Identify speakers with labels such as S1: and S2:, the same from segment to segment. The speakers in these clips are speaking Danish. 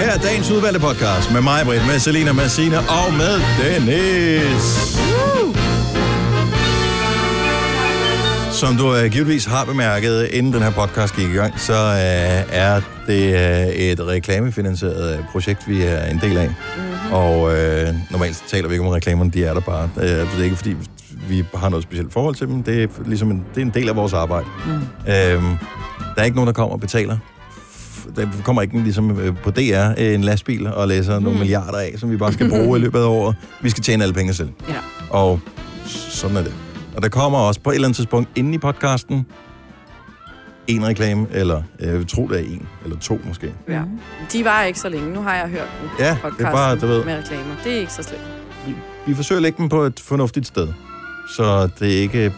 S1: her dagens udvalgte podcast med mig, Britt, med Selina, med Sina og med Dennis. Woo! Som du øh, givetvis har bemærket, inden den her podcast gik i gang, så øh, er det øh, et reklamefinansieret øh, projekt, vi er en del af. Mm-hmm. Og øh, normalt så taler vi ikke om reklamerne, de er der bare. Øh, det er ikke, fordi vi har noget specielt forhold til dem. Det er, ligesom en, det er en del af vores arbejde. Mm. Øhm, der er ikke nogen, der kommer og betaler. F- Der kommer ikke en, ligesom øh, på DR øh, en lastbil og læser nogle milliarder af, som vi bare skal bruge i løbet af året. Vi skal tjene alle penge selv.
S2: Ja.
S1: Og sådan er det. Og der kommer også på et eller andet tidspunkt inde i podcasten en reklame, eller øh, jeg tror det er en, eller to måske.
S2: ja. De var ikke så længe. Nu har jeg hørt den.
S1: Ja, det er
S2: podcasten
S1: bare, du ved.
S2: Med reklamer. Det er ikke så slemt.
S1: Vi forsøger at lægge dem på et fornuftigt sted, så det ikke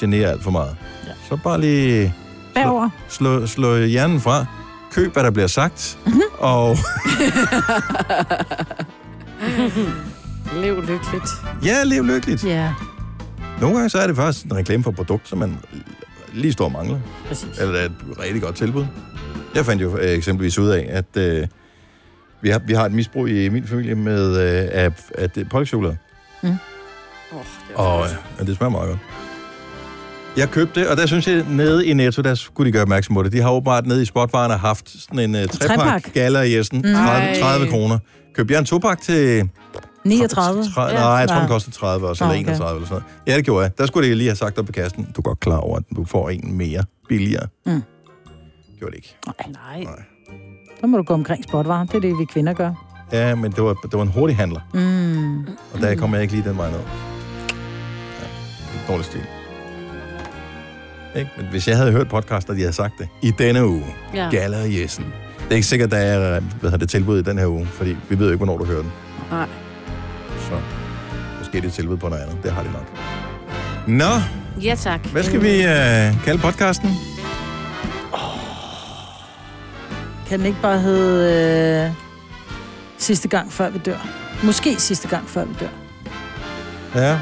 S1: generer alt for meget. Ja. Så bare lige
S3: Bagover.
S1: slå, slå hjernen fra, køb hvad der bliver sagt, og
S2: Lev lykkeligt.
S1: ja, lev lykkeligt.
S3: Ja,
S1: Nogle gange så er det faktisk en reklame for et produkt, som man lige står og mangler.
S3: præcis.
S1: Eller et rigtig godt tilbud. Jeg fandt jo øh, eksempelvis ud af, at øh, vi, har, vi har et misbrug i min familie med øh, af, af det- pålægschokolade.
S2: Åh, det var
S1: Og
S2: så godt.
S1: øh, det smager meget godt. Jeg købte det, og der synes jeg, nede i Netto, der skulle de gøre opmærksom på det. De har åbenbart nede i spotvarerne haft sådan en uh, trepak,
S3: Trepak?
S1: galler i Essen. 30, 30 kroner. Købte jeg en topak til
S3: 39.
S1: 30, nej, jeg tror, den
S3: nej.
S1: koster 30 også,
S3: Nå,
S1: eller
S3: okay.
S1: 31 eller sådan noget. Ja, det gjorde jeg. Der skulle det lige have sagt op i kassen. Du er godt klar over, at du får en mere billigere.
S3: Mm.
S1: Gjorde det ikke.
S3: Nej,
S1: Nej.
S3: så må du gå omkring sportvarer. Det er det, vi kvinder gør.
S1: Ja, men det var, det var en hurtig handler,
S3: Mm.
S1: og der kom jeg ikke lige den vej ned. Ja, lidt dårlig stil. Ikke? Men hvis jeg havde hørt podcast, og de havde sagt det, i denne uge,
S2: Ja.
S1: ja. Gala og Jessen. Det er ikke sikkert, der er øh, hvad hedder det tilbud i den her uge, fordi vi ved jo ikke, hvornår du hører den.
S2: Nej.
S1: Så måske er det et tilbud på noget andet. Det har de nok. Nå,
S4: Ja, tak.
S1: Hvad skal vi øh, kalde podcasten?
S3: Kan den ikke bare hedde øh, sidste gang, før vi dør? Måske sidste gang, før vi dør.
S1: Ja.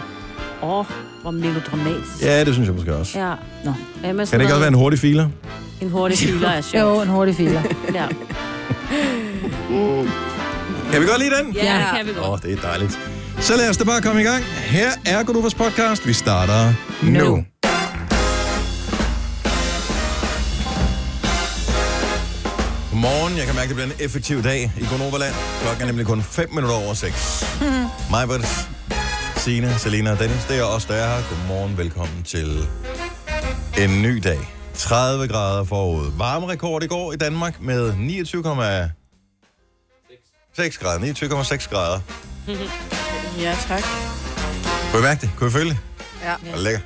S4: Åh, oh, hvor melodramatisk.
S1: Ja, det synes jeg måske også. Ja.
S4: ja.
S3: Nå.
S4: Ja, men
S1: Kan det ikke også være en hurtig filer?
S4: en hurtig filer er
S3: Jo,
S4: sjov.
S3: en hurtig filer.
S4: Ja.
S1: Kan vi godt lide den?
S4: ja, det kan vi
S1: Åh,
S4: godt.
S1: oh, det er dejligt. Så lad os da bare komme i gang. Her er Godovas podcast. Vi starter nu.
S3: Nu.
S1: Godmorgen. Jeg kan mærke, at det bliver en effektiv dag i Gonoverland. Klokken er nemlig kun 5 minutter over 6. Mig, Britt, Signe, Selina og Dennis, det er os, der er her. Godmorgen. Velkommen til en ny dag. 30 grader forud. Varmerekord i går i Danmark med 29,6 grader. 29,6 grader.
S2: Ja, tak.
S1: Kunne I mærke det? Kunne I føle det?
S2: Ja.
S1: Var det lækker?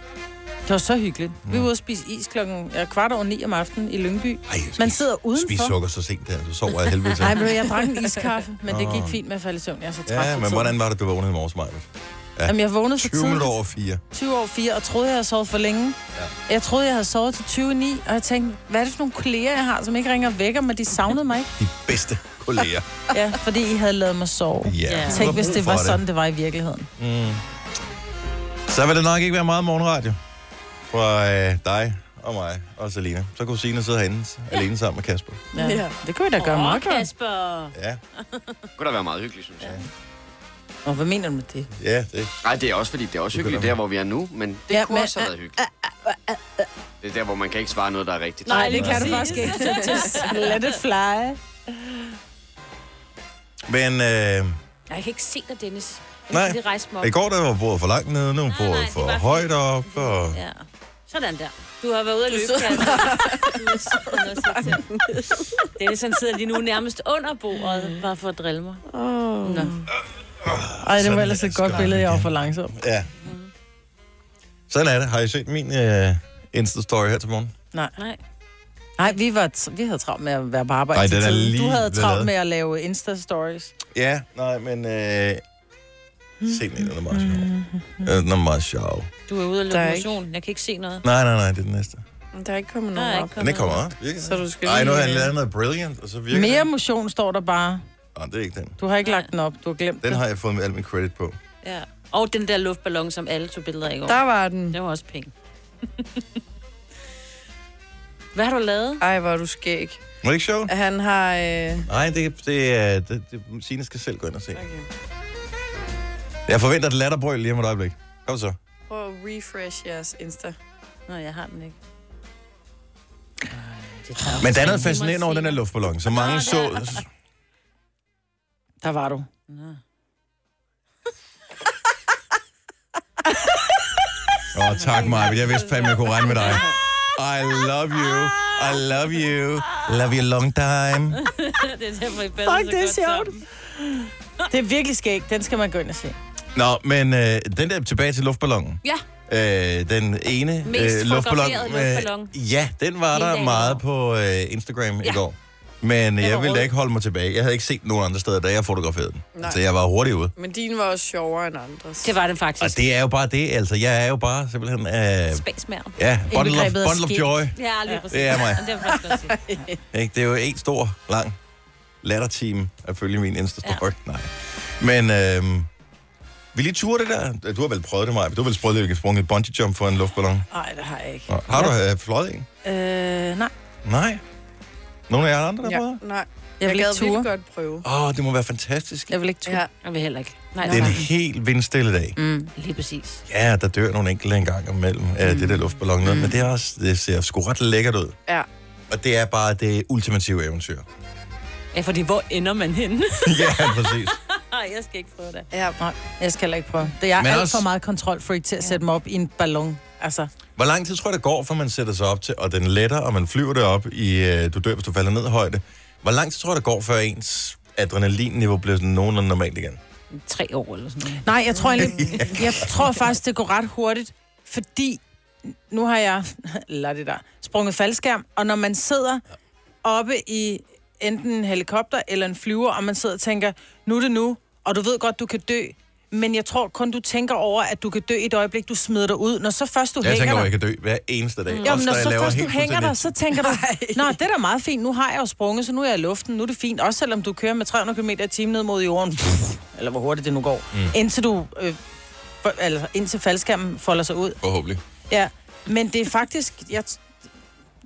S3: Det var så hyggeligt. Vi var ude og spise is klokken ja, kvart over ni om aftenen i Lyngby.
S1: Mm. Ej, jeg skal
S3: Man
S1: ikke
S3: sidder
S1: Spis
S3: udenfor.
S1: sukker så sent der, så sover jeg helvede til.
S3: Nej, men jeg drak en iskaffe, men det gik fint med at falde i søvn. Jeg er så træt.
S1: Ja,
S3: for
S1: men
S3: tiden.
S1: hvordan var det, du vågnede i morges, Maja?
S3: Jamen, jeg vågnede for
S1: 20
S3: tidligt.
S1: minutter over 4.
S3: 20 over 4, og troede, jeg havde sovet for længe. Ja. Jeg troede, jeg havde sovet til 29, og jeg tænkte, hvad er det for nogle kolleger, jeg har, som ikke ringer og vækker mig? De savnede mig ikke.
S1: De bedste kolleger.
S3: Ja, fordi I havde lavet mig sove.
S1: Ja.
S3: Tænk, hvis
S1: brug
S3: det
S1: for
S3: var sådan, det var i virkeligheden.
S1: Mm. Så vil det nok ikke være meget morgenradio fra øh, dig og mig og Selina. Så kunne Signe sidde herinde ja. alene sammen med Kasper.
S3: Ja. Det kunne vi da gøre meget godt.
S4: Kasper.
S1: Ja,
S5: Det kunne da være meget hyggeligt, synes jeg.
S3: Og hvad mener du med det?
S1: ja det.
S5: Nej, det er også fordi, det er også hyggeligt
S1: være.
S5: der, hvor vi er nu, men det
S3: Ja,
S5: ja, kunne
S3: men-
S5: men, også have været hyggeligt. Det er der, hvor man kan ikke svare noget, der er rigtigt.
S4: Nej, det kan du
S3: faktisk ikke. Just let it fly.
S1: Men øh,
S4: Jeg kan ikke se dig, Dennis. Jeg
S1: Nej.
S4: kan lige rejse mig op.
S1: i går der var bordet for langt nede, nu er
S4: nej,
S1: bordet
S4: det
S1: for
S4: var fint.
S1: højt op. Og...
S4: Ja. Sådan der. Du har været ude at løbe, Kasper. Du er sådan noget at se til. Dennis, han sidder lige nu nærmest under bordet, bare for at drille mig.
S3: Ej, det
S1: Sådan
S3: var ellers
S1: er
S3: et godt
S1: skrabet
S3: billede, jeg var
S1: igen.
S3: for langsom.
S1: Ja. Sådan er det. Har I set min øh, Insta-story her til morgen?
S3: Nej.
S4: Nej.
S3: Nej, vi, var t- vi havde travlt med at være på arbejde.
S1: Ej,
S3: til
S1: den er
S3: tiden.
S1: lige
S3: du havde
S1: ved
S3: travlt
S1: lavet.
S3: med at lave Insta-stories.
S1: Ja, nej, men... Øh, se den, den er meget
S3: Mm.
S1: sjov. Ja, Den er meget sjov.
S4: Du er ude at
S2: Der
S4: løbe
S2: er ikke-
S4: motion. Jeg kan ikke se noget.
S1: Nej, nej, nej, det er den næste.
S2: Der er ikke kommet
S4: Der
S2: nogen
S4: er
S2: op.
S4: ikke
S1: Den
S4: kommet
S1: er ikke kommet op, virkelig.
S2: Så du skal
S1: Ej, nu har han
S2: lige, øh,
S1: lavet noget brilliant, og så virker
S3: Mere
S1: den.
S3: motion står der bare.
S1: Nej, det er ikke den.
S3: Du har ikke lagt den op, du har glemt
S1: Den
S3: det.
S1: har jeg fået med al min credit på.
S4: Ja. Og den der luftballon, som alle tog billeder af i går.
S2: Der var den.
S4: Det var også penge. Hvad har du lavet?
S2: Ej, hvor er du skæg.
S1: det ikke sjovt?
S2: Han har... Øh...
S1: Nej, det, det, er- det, det, Signe skal selv gå ind og se. Okay. Jeg forventer et latterbrøl lige om et øjeblik. Kom så.
S2: Prøv at refresh jeres Insta.
S3: Nå, jeg har den ikke.
S1: Men der er noget fascinerende over den her luftballon, så mange så...
S3: Der var du.
S1: Åh, oh, tak mig, jeg vidste fandme, jeg kunne regne med dig. I love you. I love you. Love you long time.
S4: det er derfor, I passer
S3: Fuck,
S4: så
S3: det er
S4: godt
S3: sjovt.
S4: sammen.
S3: Det er virkelig skægt. Den skal man gå ind og se.
S1: Nå, men øh, den der tilbage til luftballonen.
S4: Ja,
S1: Øh, den ene øh,
S4: Mest
S1: luftballon,
S4: fotograferede
S1: med-
S4: luftballon.
S1: Ja, den var
S4: Hele
S1: der
S4: dagen
S1: meget på øh, Instagram ja. i
S4: Ja.
S1: går. Men jeg
S4: var
S1: ville da
S4: rød.
S1: ikke holde mig tilbage. Jeg havde ikke set nogen andre steder, da jeg fotograferede den.
S2: Nej.
S1: Så jeg var hurtig ude.
S2: Men din var også sjovere end andres.
S4: det var det
S1: Og
S4: faktisk.
S1: det er jo bare det, altså. Jeg er jo bare simpelthen... Øh,
S4: Spasmærm.
S1: ja, bundle of,
S3: Indbegrebet af
S1: bundle of
S3: skæg.
S1: joy.
S4: Ja, lige præcis.
S1: Det er mig.
S4: Det er faktisk godt set.
S1: Ikke? Det er jo en stor, lang lattertime at følge min Insta-story. Ja. Nej. Men øh, vil I ture det der? Du har vel prøvet det, Maja. Du har vel prøvet at kan sprunge et bungee jump for en luftballon?
S3: Nej, det har jeg ikke.
S1: Nå, Har du øh, fløjet en?
S3: Øh, nej.
S1: Nej. Nogle af jer andre, der ja.
S3: Ja.
S1: prøver?
S2: Nej,
S3: Jeg vil
S2: jeg
S3: ikke
S2: gad
S3: ture.
S2: virkelig godt prøve.
S1: Åh, oh, det må være fantastisk.
S3: Jeg vil ikke ture.
S2: Ja.
S4: Jeg vil heller ikke. Nej,
S1: Det er en
S4: nej.
S1: helt vindstille dag. Mm.
S4: Lige præcis.
S1: Ja, der dør nogle enkelte engang imellem af mm. det der luftballon. Mm. Men det, er også, det ser sgu ret lækkert ud.
S2: Ja.
S1: Og det er bare det ultimative eventyr.
S4: Ja, fordi hvor ender man henne?
S1: ja, præcis.
S4: Nej, jeg skal ikke prøve det.
S2: Ja,
S3: Nej, jeg skal heller ikke prøve. Det er
S1: Men
S3: alt
S1: også-
S3: for meget kontrolfreak til at sætte mig op i en ballon. Altså,
S1: Hvor lang tid tror jeg, det går, før man sætter sig op til, og den letter, og man flyver derop i, øh, du dør, hvis du falder ned i højde. Hvor lang tid tror jeg, det går, før ens adrenalinniveau bliver sådan nogenlunde normalt igen?
S4: Tre år eller sådan noget.
S3: nej, jeg tror, egentlig, jeg tror faktisk, det går ret hurtigt, fordi nu har jeg, lad det der, sprunget faldskærm, og når man sidder oppe i enten en helikopter eller en flyver, og man sidder og tænker, nu er det nu, og du ved godt, du kan dø, men jeg tror kun, du tænker over, at du kan dø i et øjeblik, du smider dig ud. Når så først du
S1: Jeg
S3: hænger
S1: tænker over,
S3: dig,
S1: at jeg kan dø hver eneste dag.
S3: Jo,
S1: Også
S3: men
S1: når
S3: når
S1: jeg
S3: så
S1: laver
S3: først du
S1: helt
S3: hænger dig,
S1: fuldstændig-
S3: så tænker du, Nå, det er da meget fint, nu har jeg jo sprunget, så nu er jeg i luften, nu er det fint. Også selvom du kører med 300 km i timen ned mod jorden, Pff, eller hvor hurtigt det nu går, mm. indtil du, øh, for, altså, indtil faldskærmen folder sig ud.
S1: Forhåbentlig.
S3: Ja, men det er faktisk, jeg,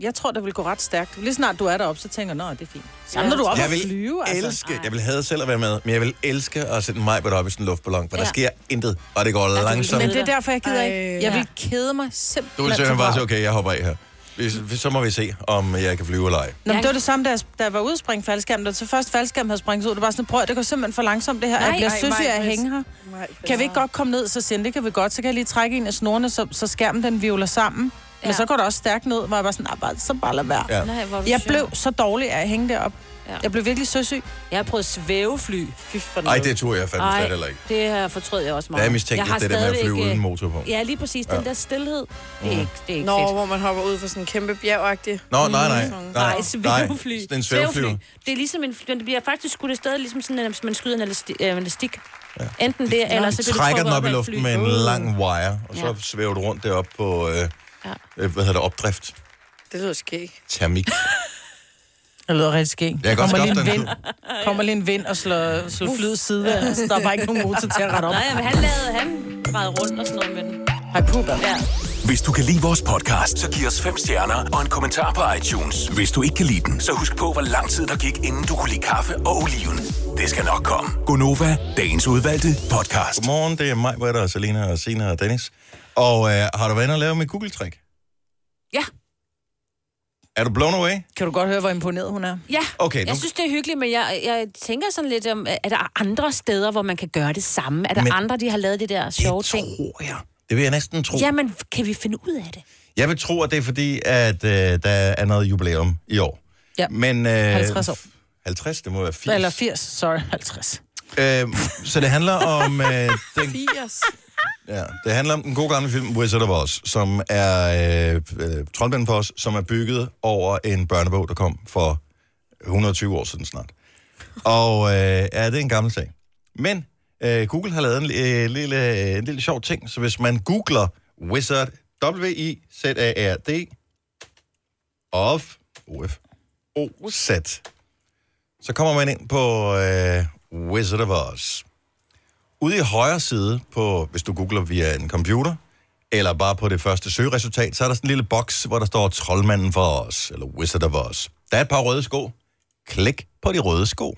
S3: jeg tror, det vil gå ret stærkt. Lige snart du er deroppe, så tænker jeg, nå, det er fint. Samler du op
S1: jeg
S3: og
S1: vil
S3: flyve,
S1: elske,
S3: altså.
S1: jeg vil have selv at være med, men jeg vil elske at sætte mig op i sådan en luftballon, for ja. der
S3: Ja.
S1: sker intet, og det går altså, langsomt.
S3: Men det er derfor, jeg gider
S2: Ej,
S3: ikke. Jeg
S2: ja.
S3: vil kede mig
S1: Du
S3: simpelthen.
S1: vil
S3: til
S1: simpelthen bare
S3: vrag.
S1: sige, okay, jeg hopper af her. Hvis- hvis- Så må vi se, om jeg kan flyve eller ej.
S3: Nå, men det var det samme, da jeg, da jeg var ude at springe faldskærm. Da så først faldskærmen havde springet ud, det var sådan, prøv, at- det går simpelthen for langsomt det her. Nej, jeg bliver
S2: ej,
S3: synes, jeg
S2: Maj-Brit.
S3: hænger her.
S2: Nej,
S3: Kan vi ikke godt komme ned, så siger han, det kan vi godt. Så kan jeg lige trække en af snorene, så, så skærmen den vivler sammen. Ja. Men
S4: Ja.
S3: så går det også stærkt ned, hvor jeg bare sådan, "Ah, bare, så bare lad være. Ja.
S1: Ja.
S4: Nej, hvor er du
S3: Jeg
S4: sjov.
S3: blev så dårlig af at hænge derop. Ja.
S4: Ja.
S3: Jeg blev virkelig søsyg.
S4: Jeg har prøvet svævefly. Fy for
S1: Ej, det tror jeg fandme slet heller ikke.
S4: det her fortrød jeg også meget.
S1: Der er mistænkt,
S4: Jeg har
S1: at det er det med at flyve
S4: stadigvæk, øh,
S1: uden motor på.
S4: Ja, lige præcis. Den der stillhed. Det er ikke, det er ikke
S2: Nå,
S4: fedt.
S2: hvor man hopper ud fra sådan en kæmpe bjergagtig.
S1: Nå, nej, nej.
S4: Nej, svævefly.
S1: Nej, en svævefly.
S4: Det er ligesom en, den bliver faktisk skudt afsted, ligesom sådan, at man skyder en elasti- øh, elastik. Ja. Enten det, eller så
S1: Du
S4: bliver du
S1: trækker
S4: trukket
S1: den op
S4: af
S1: i
S4: et
S1: luften
S4: fly. Uh.
S1: med en lang wire, og så
S4: Ja.
S1: svæver du rundt deroppe på, øh, øh, hvad hedder det, opdrift.
S2: Det lyder skægt.
S1: Termik.
S3: Det lyder rigtig skægt.
S1: Jeg kan godt
S3: kommer,
S1: skaffe
S3: lige
S1: den.
S3: en vind, kommer lige en vind og slår, slår flyet side. af, så Der er bare ikke nogen motor til at rette op.
S4: Nej, men han lavede, han drejede rundt og sådan noget med den.
S3: Hej, puber.
S4: Ja.
S6: Hvis du kan lide vores podcast, så giv os fem stjerner og en kommentar på iTunes. Hvis du ikke kan lide den, så husk på, hvor lang tid der gik, inden du kunne lide kaffe og oliven. Det skal nok komme. Gonova, dagens udvalgte podcast.
S1: Godmorgen, det er mig, Britta, og Selina, og Sina og Dennis. Og øh, har du været inde og lave mit Google-trick?
S4: Ja,
S1: Er du blown away?
S3: Kan du godt høre, hvor imponeret hun er?
S4: ja.
S1: Okay,
S4: jeg
S1: nu-
S4: synes, det er hyggeligt, men jeg, jeg tænker sådan lidt om, er der andre steder, hvor man kan gøre det samme? Er der
S1: Men-
S4: men, andre, de har lavet det der sjove ting?
S1: tror jeg. Det vil jeg næsten tro.
S4: Jamen, kan vi finde ud af det?
S1: Jeg vil tro, at det er fordi, at øh, der er noget jubilæum i år.
S3: Ja.
S1: Men, øh,
S3: 50 år.
S1: 50, det må være 80.
S3: Eller 80, sorry, 50.
S1: Øh, så det handler om... Øh, den,
S2: Fias.
S1: Ja, det handler om den gode gamle film Wizard of Oz, som er øh, øh, troldmanden for os, som er bygget over en børnebog, der kom for 120 år siden snart. Og øh, ja, det er en gammel sag. Men øh, Google har lavet en, øh, lille, øh, en lille sjov ting, så hvis man googler Wizard, W-I-Z-A-R-D, of, O-F, O-Z, så kommer man ind på øh, Wizard of Oz. Ude i højre side, på, hvis du googler via en computer, eller bare på det første søgeresultat, så er der sådan en lille boks, hvor der står Troldmanden for os, eller Wizard of Oz. Der er et par røde sko. Klik på de røde sko.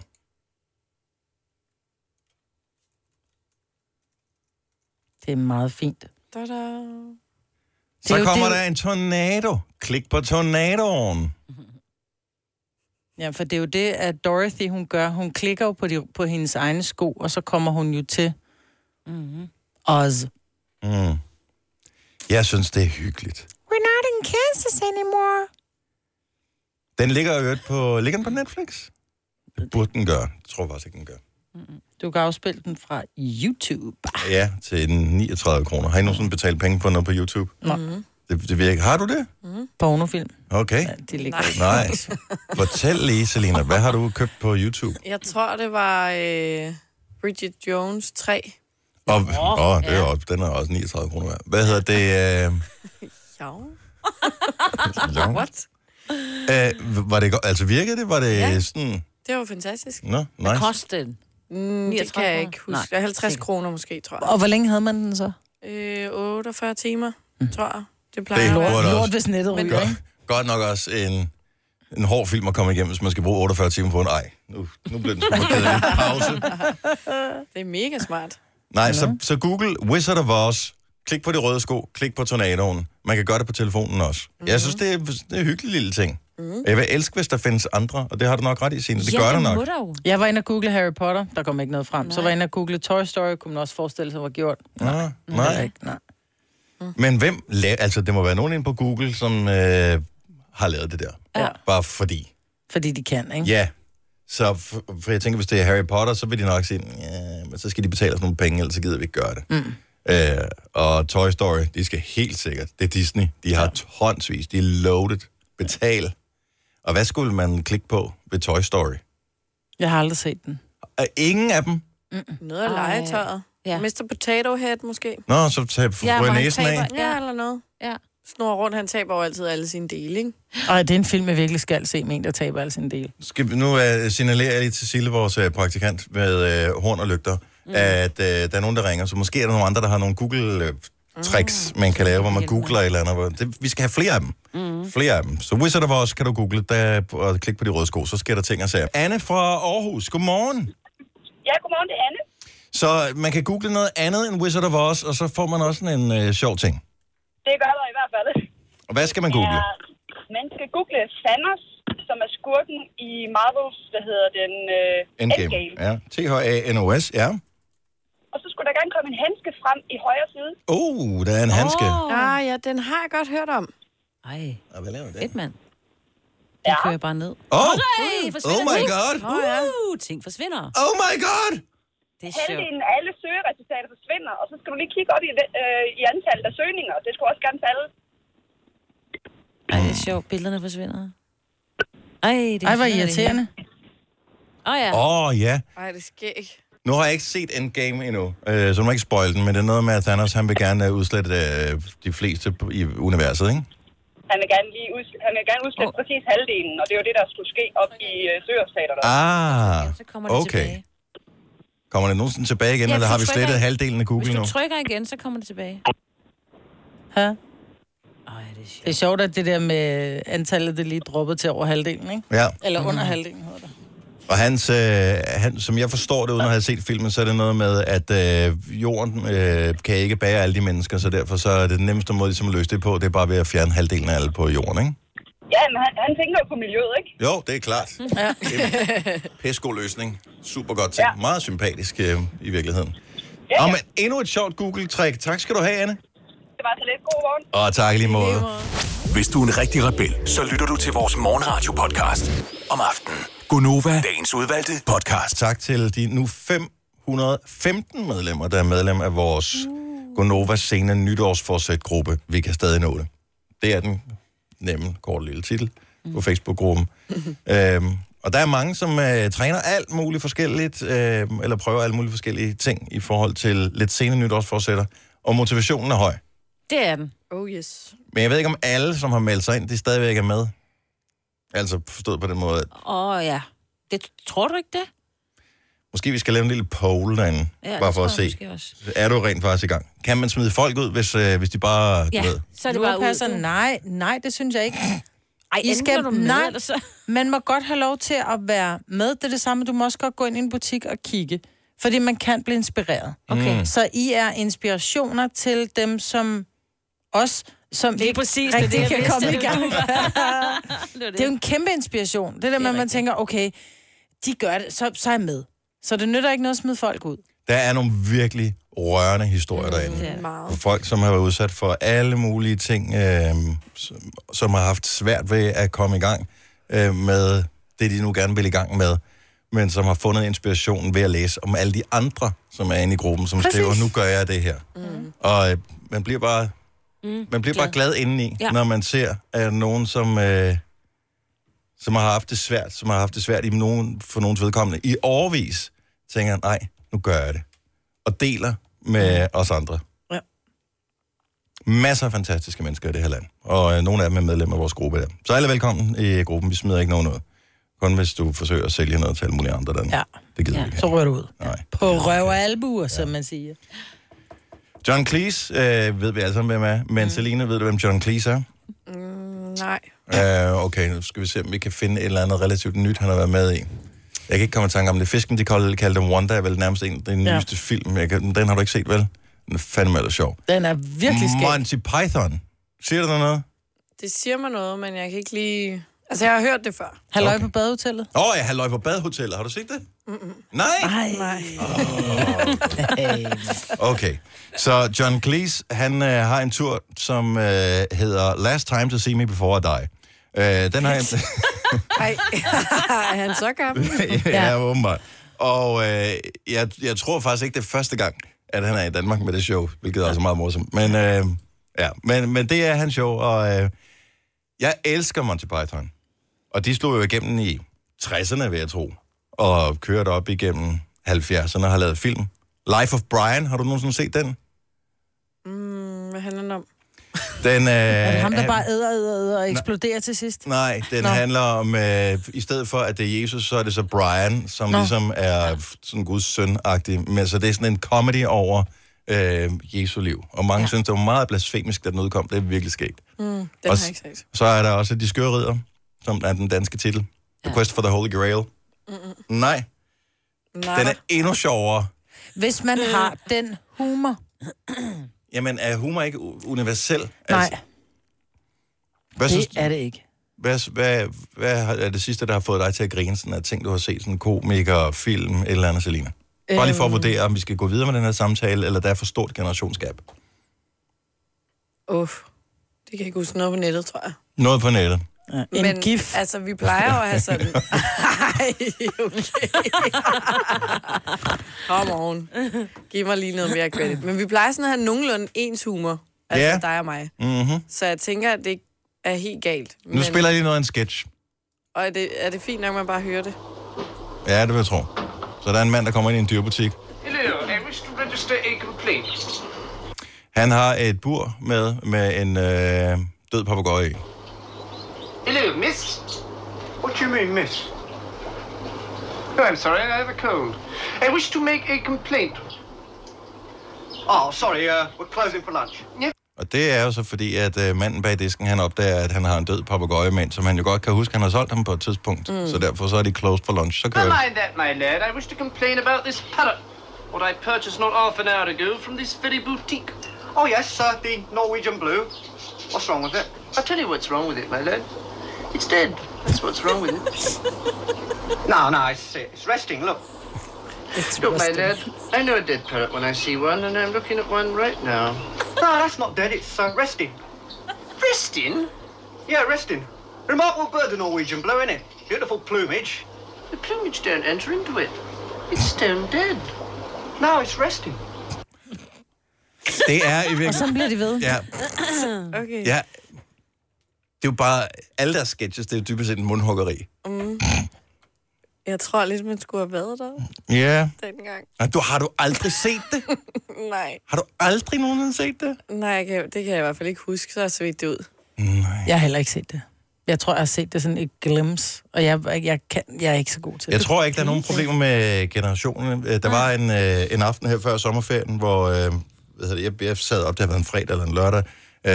S3: Det er meget fint.
S2: Da-da.
S1: Så
S3: er jo-
S1: kommer
S3: det er
S1: der en tornado. Klik på tornadoen.
S3: Ja, for det er jo det, at Dorothy, hun gør. Hun klikker jo på, de, på hendes egne sko, og så kommer hun jo til mm-hmm. Oz.
S1: Mm. Jeg synes, det er hyggeligt.
S3: We're not in Kansas anymore.
S1: Den ligger jo på, ligger den på Netflix? Det burde den gøre. Jeg tror faktisk ikke, den gør.
S3: Du kan afspille den fra YouTube.
S1: Ja, til den 39 kroner. Har I nogensinde betalt penge for noget på YouTube?
S3: Nej.
S1: Det, det virker. Har du det?
S3: Pornofilm.
S1: Okay.
S3: Ja, det ligger ikke.
S1: Nej. Fortæl lige, Selina, hvad har du købt på YouTube?
S2: Jeg tror, det var øh, Bridget Jones 3.
S1: Og, åh, det er jo, den er også 39 kroner værd. Hvad hedder det? Øh,
S2: Ja.
S1: long?
S2: What?
S1: Øh, var det godt? Altså virkede det? Var det
S2: Ja.
S1: sådan...
S2: Det var fantastisk.
S1: Nå, nice.
S4: Kost den.
S2: Mm, det
S4: 39
S2: kan jeg ikke
S4: kroner?
S2: huske. Nej, 50 kroner måske, tror jeg.
S3: Og hvor længe havde man den så?
S2: Øh, 48 timer, tror jeg. Det
S1: Det
S2: plejer at være.
S1: burde
S3: Lort,
S1: også-
S3: hvis nettet ryger,
S1: Godt,
S3: ikke?
S1: godt nok også en, en hård film at komme igennem, hvis man skal bruge 48 timer på en ej. Nu, nu bliver den sgu for kedelig. Pause.
S2: Det er mega smart.
S1: Nej, så, så Google Wizard of Oz. Klik på de røde sko. Klik på tornadoen. Man kan gøre det på telefonen også. Mm-hmm. Jeg synes, det er, det er en hyggelig lille ting. Mm. Jeg vil elske, hvis der findes andre, og det har du nok ret i, Signe. Det ja, gør der nok.
S4: må der jo.
S3: Jeg var inde og google Harry Potter. Der kom ikke noget frem. Nej. Så var jeg inde og google Toy Story. Kunne man også forestille sig, var gjort.
S1: Nej,
S3: Heller
S1: nej. Mhm.
S3: Ikke. Nej.
S1: Men hvem laver... Altså, det må være nogen inde på Google, som øh, har lavet det der.
S3: Ja.
S1: Bare fordi.
S3: Fordi de kan, ikke?
S1: Ja, så for, for jeg tænker, hvis det er Harry Potter, så vil de nok sige, ja, men så skal de betale os nogle penge, ellers så gider vi ikke gøre det. Mm. Øh, og Toy Story, de skal helt sikkert. Det er Disney. De har tonsvis. De er loaded. Betal. Og hvad skulle man klikke på ved Toy Story?
S3: Jeg har aldrig set den.
S1: Er ingen af dem?
S2: Noget af
S4: Ej.
S2: legetøjet.
S4: Ja.
S2: Ja. Mr. Potato Head måske.
S1: Nå, så tag
S4: Ja,
S1: ja,
S4: hvor han
S1: næsen af.
S4: taber-
S2: Ja,
S4: Ja.
S2: ja eller noget.
S4: Ja.
S2: Snor rundt, han taber jo altid alle sine dele, ikke?
S3: Og det er en film, jeg virkelig skal se med en, der taber al sin del.
S1: Skal, vi- nu uh, signalerer jeg lige til Sille, vores uh, praktikant med uh, horn og lygter, mm. at uh, der er nogen, der ringer, så måske er der nogle andre, der har nogle Google-tricks, man kan lave, hvor man googler et eller andet. hvor- Det, vi skal have flere af dem. Mm. Flere af dem. Så Wizard of Oz kan du google der, og klikke på de røde sko, så sker der ting og sager. Anne fra Aarhus, godmorgen.
S7: Ja, godmorgen, det er Anne.
S1: Så man kan google noget andet end Wizard of Oz, og så får man også sådan en uh, sjov ting.
S7: Det gør der i hvert fald.
S1: Og hvad skal man google?
S7: Ja, man skal google Thanos, som er skurken i Marvels, hvad hedder den, øh, Endgame.
S1: Ja. T-H-A-N-O-S, ja.
S7: Og så skulle der gerne komme en handske frem i højre side.
S1: Oh, der er en handske.
S4: Åh.
S2: Ah, ja, den har jeg godt hørt om.
S4: Ej,
S1: Og Hvad laver det?
S4: fedt mand. Den
S7: Ja.
S4: kører bare ned.
S1: Oh,
S4: Hey, forsvinder
S1: oh my
S4: ting.
S1: god.
S4: Uh, ting forsvinder.
S1: Oh my god!
S4: Det er sjovt.
S7: Halvdelen af alle søgeresultater forsvinder, og så skal du lige kigge op i, det, øh, i antallet af søgninger. Det skulle også gerne falde.
S4: Ej, det er sjovt. Billederne forsvinder. Ej, det er
S3: Ej, hvor
S4: forsvinder
S3: irriterende.
S4: det hele. Åh ja.
S1: Åh, oh, ja.
S2: Ej, det sker ikke.
S1: Nu har jeg ikke set Endgame endnu, øh, så du må ikke spoil den, men det er noget med, at Thanos han vil gerne øh, udslette øh, de fleste på- i universet, ikke?
S7: Han vil gerne, lige ud, han vil gerne udslætte oh. præcis halvdelen, og det er jo det, der skulle ske op i øh, søgeresultaterne.
S1: Ah,
S4: Så kommer det
S1: okay.
S4: tilbage.
S1: Kommer det nogensinde tilbage igen,
S4: Ja,
S1: ja, eller
S4: hvis
S1: har
S4: du
S1: vi
S4: trykker
S1: slettet
S4: i-
S1: halvdelen af Google
S4: Hvis
S1: nu?
S4: du trykker igen, så kommer det tilbage.
S3: Ja.
S4: Ej, det er sjovt.
S3: Det er sjovt, at det der med antallet, det lige droppet til over halvdelen, ikke?
S1: Ja,
S3: Eller under halvdelen, hedder det.
S1: og hans, øh, han, som jeg forstår det, uden at have set filmen, så er det noget med, at øh, jorden øh, kan ikke bære alle de mennesker, så derfor så er det den nemmeste måde ligesom, at løse det på, det er bare ved at fjerne halvdelen af alle på jorden, ikke?
S7: Ja, men han, han tænker jo på miljøet, ikke?
S1: Jo, det er klart. Ja. Pæsko løsning. Super godt ting. Ja.
S7: Ja.
S1: Meget sympatisk øh, i virkeligheden. Ja, ja. men endnu et sjovt Google-trick. Tak skal du have, Anne.
S7: Det var så lidt god morgen.
S1: Og oh, tak i lige måde.
S6: Hvis du er en rigtig rebel, så lytter du til vores morgenradio-podcast om aftenen. Gunova, dagens udvalgte podcast.
S1: Tak til de nu 515 medlemmer, der er medlem af vores uh. Gonova Sena nytårsforsæt-gruppe. Vi kan stadig nå det. Det er den nemme, korte lille titel på Facebook-gruppen. øhm, og der er mange, som øh, træner alt muligt forskelligt, øh, eller prøver alt muligt forskellige ting i forhold til lidt sene nytårsforsætter. Og motivationen er høj.
S4: Det er den.
S2: Oh yes.
S1: Men jeg ved ikke, om alle, som har meldt sig ind, de stadigvæk er med. Altså forstået på den måde, at
S4: Åh ja. Det tror du ikke det?
S1: måske vi skal lave en lille poll derinde, ja,
S4: det
S1: bare for
S4: tror
S1: at
S4: jeg
S1: se.
S4: måske også.
S1: Er du rent faktisk i gang? Kan man smide folk ud, hvis, øh, hvis de bare... du
S4: Ja,
S1: ved,
S4: så er det
S3: Nora
S4: bare ud.
S3: passer, nej, nej, det synes jeg ikke.
S4: Ej,
S3: I
S4: enten er
S3: skal,
S4: du med,
S3: nej,
S4: eller så-
S3: man må godt have lov til at være med. Det er det samme, du må også godt gå ind i en butik og kigge. Fordi man kan blive inspireret.
S4: Okay. Mm.
S3: Så I er inspirationer til dem, som os, som
S4: Lige præcis, det er det,
S3: rigtig
S4: jeg
S3: kan
S4: vidste.
S3: komme i gang.
S4: det.
S3: det er jo en kæmpe inspiration. Det der med, at man tænker, okay, de gør det, så, så er jeg med. Så det nytter ikke noget at smide folk ud.
S1: Der er nogle virkelig rørende historier
S4: Mm,
S1: derinde. For folk, som har været udsat for alle mulige ting, øh, som, som har haft svært ved at komme i gang øh, med det, de nu gerne vil i gang med, men som har fundet inspirationen ved at læse om alle de andre, som er inde i gruppen, som
S8: Præcis.
S1: Præcis. skriver, nu gør jeg det her. Mm. Og øh, man bliver bare
S8: Mm.
S1: man bliver glad. bare glad indeni,
S8: Ja.
S1: ja. når man ser at nogen, som, øh, som har haft det svært, som har haft det svært i nogen, for nogens vedkommende, i årvis tænker, nej, nu gør jeg det. Og deler med os andre.
S3: Ja.
S1: Masser af fantastiske mennesker i det her land. Og øh, nogle af dem er medlemmer af vores gruppe der. Så alle er velkommen i gruppen. Vi smider ikke nogen ud. Kun hvis du forsøger at sælge noget til alle mulige andre. Den.
S3: Ja.
S1: Det gider ja. vi
S3: Så rører du ud.
S1: Nej.
S3: På røv og albuer, som man siger.
S1: John Cleese øh, ved vi alle sammen, hvem er. Men mm. Selina, ved du, hvem John Cleese er?
S2: Mm, nej.
S1: Uh, okay, nu skal vi se, om vi kan finde et eller andet relativt nyt, han har været med i. Jeg kan ikke komme i tanke om det. Fisken, de kaldte, kaldte dem Wanda, er vel nærmest en af den
S3: Ja.
S1: ja. nyeste film. Jeg kan, den har du ikke set, vel? Den er fandme ellers sjov.
S3: Den er virkelig skæg.
S1: Monty Python. Siger du dig noget?
S2: Det siger mig noget, men jeg kan ikke lige... Altså, jeg har hørt det før.
S3: Halløj okay. på badehotellet.
S1: Åh, oh, ja, halløj på badehotellet. Har du set det?
S2: Mm-mm.
S1: Nej!
S3: Nej.
S2: Nej.
S1: Okay. Så John Cleese, han øh, har en tur, som øh, hedder Last Time to See Me Before I Die. Øh, den har jeg...
S2: Ej, er han så gammel?
S1: ja, ja, åbenbart. Og øh, jeg, jeg tror faktisk ikke, det er første gang, at han er i Danmark med det show, hvilket er også meget morsomt. Men, øh, ja, men, men det er hans show, og øh, jeg elsker Monty Python. Og de slog jo igennem i 60'erne, vil jeg tro, og kørte op igennem 70'erne og har lavet film. Life of Brian, har du nogensinde set den?
S2: Mm, hvad handler den om?
S1: den øh,
S3: Er det ham, der
S1: han-
S3: bare æder, æder, æder og eksploderer til sidst?
S1: Nej, den
S3: Nå.
S1: Nå. handler om, øh, i stedet for at det er Jesus, så er det så Brian, som
S3: Nå.
S1: Nå. ligesom er f- sådan Guds søn-agtig. Men så det er sådan en comedy over øh, Jesu liv. Og mange ja. synes, det var meget blasfemisk, da den udkom. Det er virkelig skægt.
S2: Mm, den har
S1: Og s-
S2: jeg ikke set.
S1: Så er der også De Skøre Ridder, som er den danske titel. Ja. The Quest for the Holy Grail.
S3: Mm,
S2: Mm-mm.
S1: Nej,
S2: Nej.
S1: den er endnu sjovere.
S3: Hvis
S2: Øh.
S3: man har den humor.
S1: Jamen, er humor ikke u- universel?
S3: Nej,
S1: Hvad, synes,
S3: det er det ikke.
S1: hvad, hvad, hvad har- er det sidste, der har fået dig til at grine sådan af ting, du har set, sådan komiker, film, et eller andet, Selina? Bare lige for at
S2: Øhm,
S1: vurdere, om vi skal gå videre med den her samtale, eller der er for stort generationsgab.
S2: Uff, det kan jeg ikke huske noget på nettet, tror jeg.
S1: Noget på nettet.
S3: En Men, gif.
S2: altså, vi plejer jo at have sådan... Ej, okay. Come on. Giv mig lige noget mere credit. Men vi plejer sådan at have nogenlunde ens humor. Altså
S1: Ja.
S2: dig og mig.
S1: Mm-hmm.
S2: Så jeg tænker, at det ikke er helt galt.
S1: Nu Men... spiller jeg lige noget af en sketch.
S2: Og er det, er det fint nok, at man bare hører det?
S1: Ja, det vil jeg tro. Så der er en mand, der kommer ind i en dyrebutik.
S9: Hello, I wish to register a complaint.
S1: Han har et bur med, med en øh, død papegøje i.
S9: Hello, miss. What do you mean, miss? Oh, I'm sorry, I have a cold. I wish to make a complaint. Oh, sorry, uh, we're closing for lunch.
S1: Og det er jo så fordi, at øh, manden bag disken, han opdager, at han har en død papegøjemand, som han jo godt kan huske, han har solgt ham på et tidspunkt.
S9: Mm.
S1: Mm. Så derfor så er de closed for lunch. Så kører
S9: Never
S1: det.
S9: mind that, my lad. I wish to complain about this parrot. What I purchased not half an hour ago from this very boutique. Oh, yes, sir, the Norwegian blue. What's wrong with it? I'll tell you what's wrong with it, my lad. It's dead. That's what's wrong with it. no, no, it's, it's resting. Look. Look, my lad, I know a dead parrot when I see one, and I'm looking at one right now. No, that's not dead, it's uh, resting. Resting? Yeah, resting. Remarkable bird, the Norwegian blue, innit? Beautiful plumage. The plumage don't enter into it. It's stone dead. Now it's resting.
S1: Det er i
S3: Og så
S1: virkeligheden...
S3: bliver de ved.
S1: Ja,
S2: Okay.
S1: ja. Det er jo bare... Alle deres sketches, det er jo dybest set en mundhuggeri.
S2: Mm. Jeg tror lidt, man skulle have været der
S1: Ja.
S2: dengang.
S1: Yeah. Ah, Du, har du aldrig set det?
S2: Nej.
S1: Har du aldrig nogensinde set det?
S2: Nej, jeg kan, det kan jeg i hvert fald ikke huske, så så vidt det ud.
S3: Jeg har heller ikke set det. Jeg tror, jeg har set det sådan et glimt, og jeg, jeg, kan, jeg er ikke så god til
S1: Jeg
S3: det.
S1: tror ikke, der er nogen problemer med generationen. Der var en, øh, en aften her før sommerferien, hvor øh, hvad hedder det, jeg, jeg sad op, det har været en fredag eller en lørdag, Øh,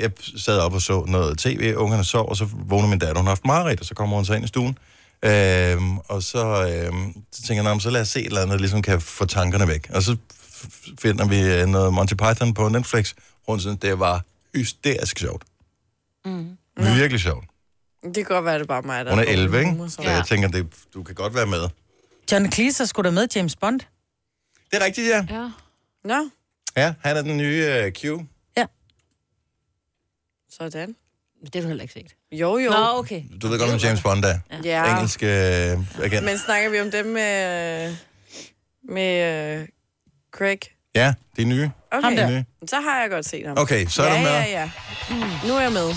S1: jeg sad op og så noget tv, ungerne sov, og så vågner min datter, hun har haft mareridt, og så kommer hun så ind i stuen. Øh, og så, øh, så tænker jeg, "Nå, men så lad os se et eller andet, der ligesom kan få tankerne væk. Og så f- f- finder vi øh, noget Monty Python på Netflix. Hun synes, det var hysterisk sjovt.
S2: Mm.
S1: Virkelig sjovt.
S2: Det kan godt være, det er bare mig, der...
S1: Hun er
S2: dårlig
S1: 11, ikke?
S2: humor, så.
S1: Så jeg tænker, det, du kan godt være med.
S3: John Cleese er sgu da med James Bond.
S1: Det er rigtigt, ja.
S2: Ja. Nå,
S1: Ja, han er den nye øh, Q.
S2: sådan.
S4: Det har du heller ikke set.
S2: Jo, jo.
S4: Nå, okay.
S1: Du ved godt, hvem James Bond er.
S2: Ja.
S1: Engelsk øh, agent.
S2: Men snakker vi om dem med... øh, Med øh, Craig?
S1: Ja, det er nye.
S2: Okay.
S1: Det er nye.
S2: Så har jeg godt set ham.
S1: Okay, så er
S2: ja,
S1: du med.
S2: Ja, ja, ja. Nu er jeg med.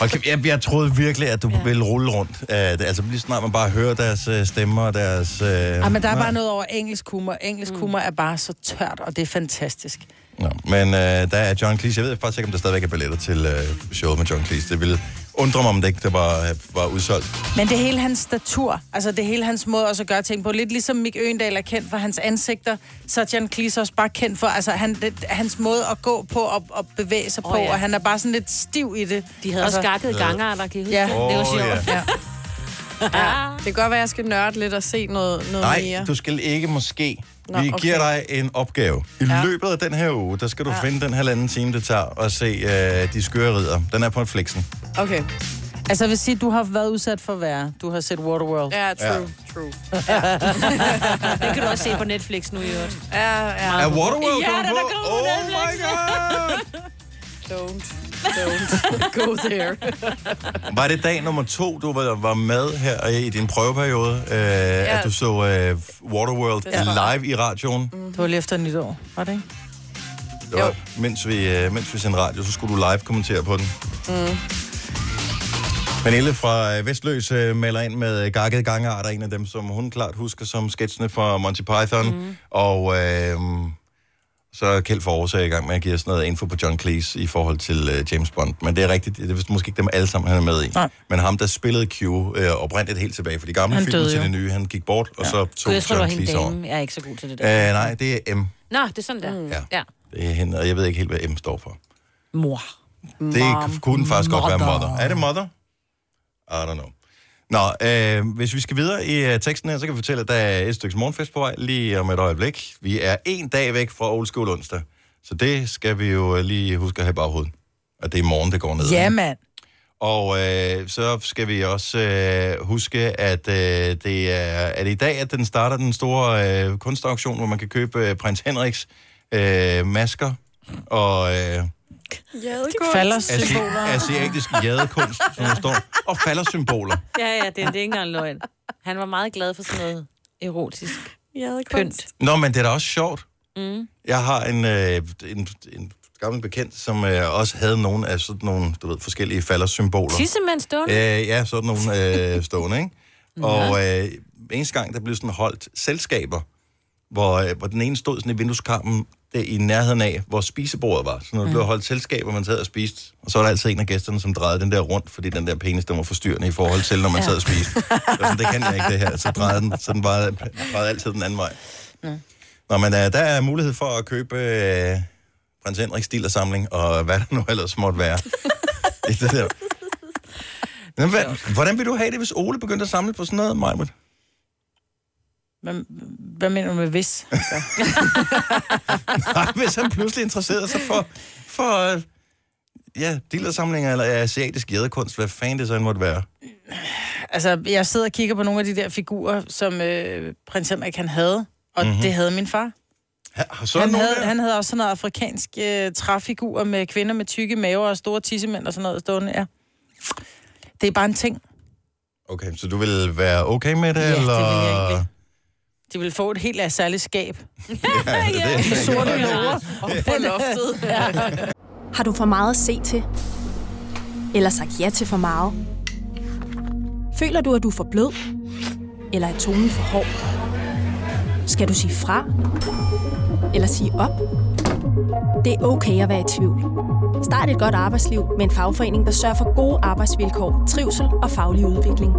S1: Okay, jeg, jeg troede virkelig, at du ja. ville rulle rundt. Uh, det, altså lige snart man bare hører deres uh, stemmer og deres... Uh,
S3: Ja, men der er bare noget over engelsk humor. Engelsk mm. humor er bare så tørt, og det er fantastisk.
S1: Nå, men uh, der er John Cleese. Jeg ved faktisk ikke, om der stadigvæk er billetter til uh, showet med John Cleese. Det ville undre mig, om det ikke der var, øh, var udsolgt.
S3: Men det er hele hans statur, altså det er hele hans måde også at gøre ting på. Lidt ligesom Mick Øgendal er kendt for hans ansigter, så er John Cleese også bare kendt for, altså han, det, hans måde at gå på og, og bevæge sig oh,
S4: Åh,
S3: på, ja.
S4: ja.
S3: og han er bare sådan lidt stiv i det.
S4: De havde
S3: altså,
S4: også gakkede gangarter, kan I huske?
S3: Ja.
S4: Det var
S1: Åh,
S4: sjovt.
S1: ja.
S2: Ja. Det kan godt være, at jeg skal nørde lidt og se noget, noget
S1: Nej,
S2: mere.
S1: du skal ikke måske.
S2: Nå,
S1: Nå, Vi
S2: okay.
S1: giver dig en opgave. I ja. løbet af den her uge, der skal du ja. finde den halvanden time, det tager at se øh, De Skøre Ridder. Den er på en flexen.
S2: Okay.
S3: Altså jeg vil sige, du har været udsat for værre. Du har set Waterworld.
S2: Ja, true,
S1: Ja.
S2: ja. true.
S4: Det kan du også se på Netflix nu i øvrigt.
S2: Ja, ja.
S1: Er Waterworld
S4: Ja,
S1: kommet
S4: den er
S1: på?
S4: kommet på
S1: Oh my
S4: Netflix.
S1: god!
S2: Don't, don't go there.
S1: Var det dag nummer to, du var, var med her i din prøveperiode, øh, ja. at du så øh, Waterworld
S2: tror
S1: ja. live i radioen? Mm.
S3: Det var lige efter nytår, var det ikke?
S1: Det var, mens, vi, øh, mens vi sendte radio, så skulle du live kommentere på den. Mm. Pernille fra øh, Vestløs øh, melder ind med øh, gakkede gangarter, en af dem, som hun klart husker som sketsene fra Monty Python.
S4: Mhm.
S1: Mm. Og øh, så er Kjeld Forårs i gang med at give os sådan noget info på John Cleese i forhold til øh, James Bond. Men det er rigtigt, det er vist måske ikke dem alle sammen, han er med i.
S3: Nej.
S1: Men ham, der spillede Q øh, oprindeligt helt tilbage for de gamle
S3: Han
S1: film
S3: døde
S1: til
S3: jo.
S1: det nye, han gik bort, og så tog
S4: Gud, jeg tror, det var
S1: John
S4: hende
S1: Cleese over.
S4: dame. Jeg er ikke så god til det der.
S1: Øh, nej, det er M.
S4: Nå, det er sådan der. Mm.
S1: Ja.
S4: Ja.
S1: Det er hende, og jeg ved ikke helt, hvad M står for.
S4: Mor.
S1: Det kunne faktisk godt være
S3: Mother.
S1: mother. Er det mother? I don't know. Nå, øh, hvis vi skal videre i øh, teksten her, så kan vi fortælle, at der er et stykke morgenfest på vej lige om et øjeblik. Vi er en dag væk fra Old School onsdag, så det skal vi jo øh, lige huske at have i baghovedet. Og det er i morgen, det går ned.
S3: Ja, mand.
S1: Og øh, så skal vi også øh, huske, at øh, det er, er det i dag, at den starter den store øh, kunstauktion, hvor man kan købe øh, prins Henriks øh, masker og... Øh,
S3: Falder
S1: Asi-
S3: symboler.
S1: asiatisk jadekunst, som der står, og faldersymboler.
S4: Ja, ja, det, det er ikke engang løgn. Han var meget glad for sådan noget erotisk pynt.
S1: Nå, men det er da også sjovt. Mm. Jeg har en, øh, en, en gammel bekendt, som øh, også havde nogle af sådan nogle, du ved, forskellige faldersymboler.
S4: Tissemand stående.
S1: Øh, ja, sådan nogle øh, stående, ikke? Og øh, eneste gang, der blev sådan holdt selskaber, hvor, øh, hvor den ene stod sådan i vindueskarmen, der i nærheden af, hvor spisebordet var. Så når der blev holdt selskaber, man sad og spiste, og så var der altid en af gæsterne, som drejede den der rundt, fordi den der penis, den var forstyrrende i forhold til, når man sad og spiste. Det, var sådan, det kan jeg ikke, det her. Så drejede den, så den bare, drejede altid den anden vej. Nå, men øh, der er mulighed for at købe øh, prins Henriks stil og samling, og hvad der nu ellers måtte være. det er det der. Men, hvad, hvordan vil du have det, hvis Ole begyndte at samle på sådan noget, Majbert?
S3: Hvad, hvad mener du med hvis?
S1: Nej, hvis han pludselig interesserede sig for, for øh, ja, dealersamlinger eller asiatisk jæderkunst, hvad fanden det så end måtte være.
S3: Altså, jeg sidder og kigger på nogle af de der figurer, som øh, prins Henrik han havde, og
S2: Mhm.
S3: mm-hmm. det havde min far.
S1: Ha, så er der
S3: Han
S1: nogen
S3: havde,
S1: der?
S3: han havde også sådan noget afrikansk øh, træfigur med kvinder med tykke maver og store tissemænd og sådan noget stående, ja. Det er bare en ting.
S1: Okay, så du vil være okay med det,
S3: Ja, det
S1: eller?
S3: ville jeg egentlig. De vil få et helt af særligt skab.
S1: Ja, det er det.
S3: Sorte
S4: Ja.
S3: lover.
S2: På loftet.
S8: Har du for meget at se til? Eller sagt ja til for meget? Føler du, at du er for blød? Eller er tonen for hård? Skal du sige fra? Eller sige op? Det er okay at være i tvivl. Start et godt arbejdsliv med en fagforening, der sørger for gode arbejdsvilkår, trivsel og faglig udvikling.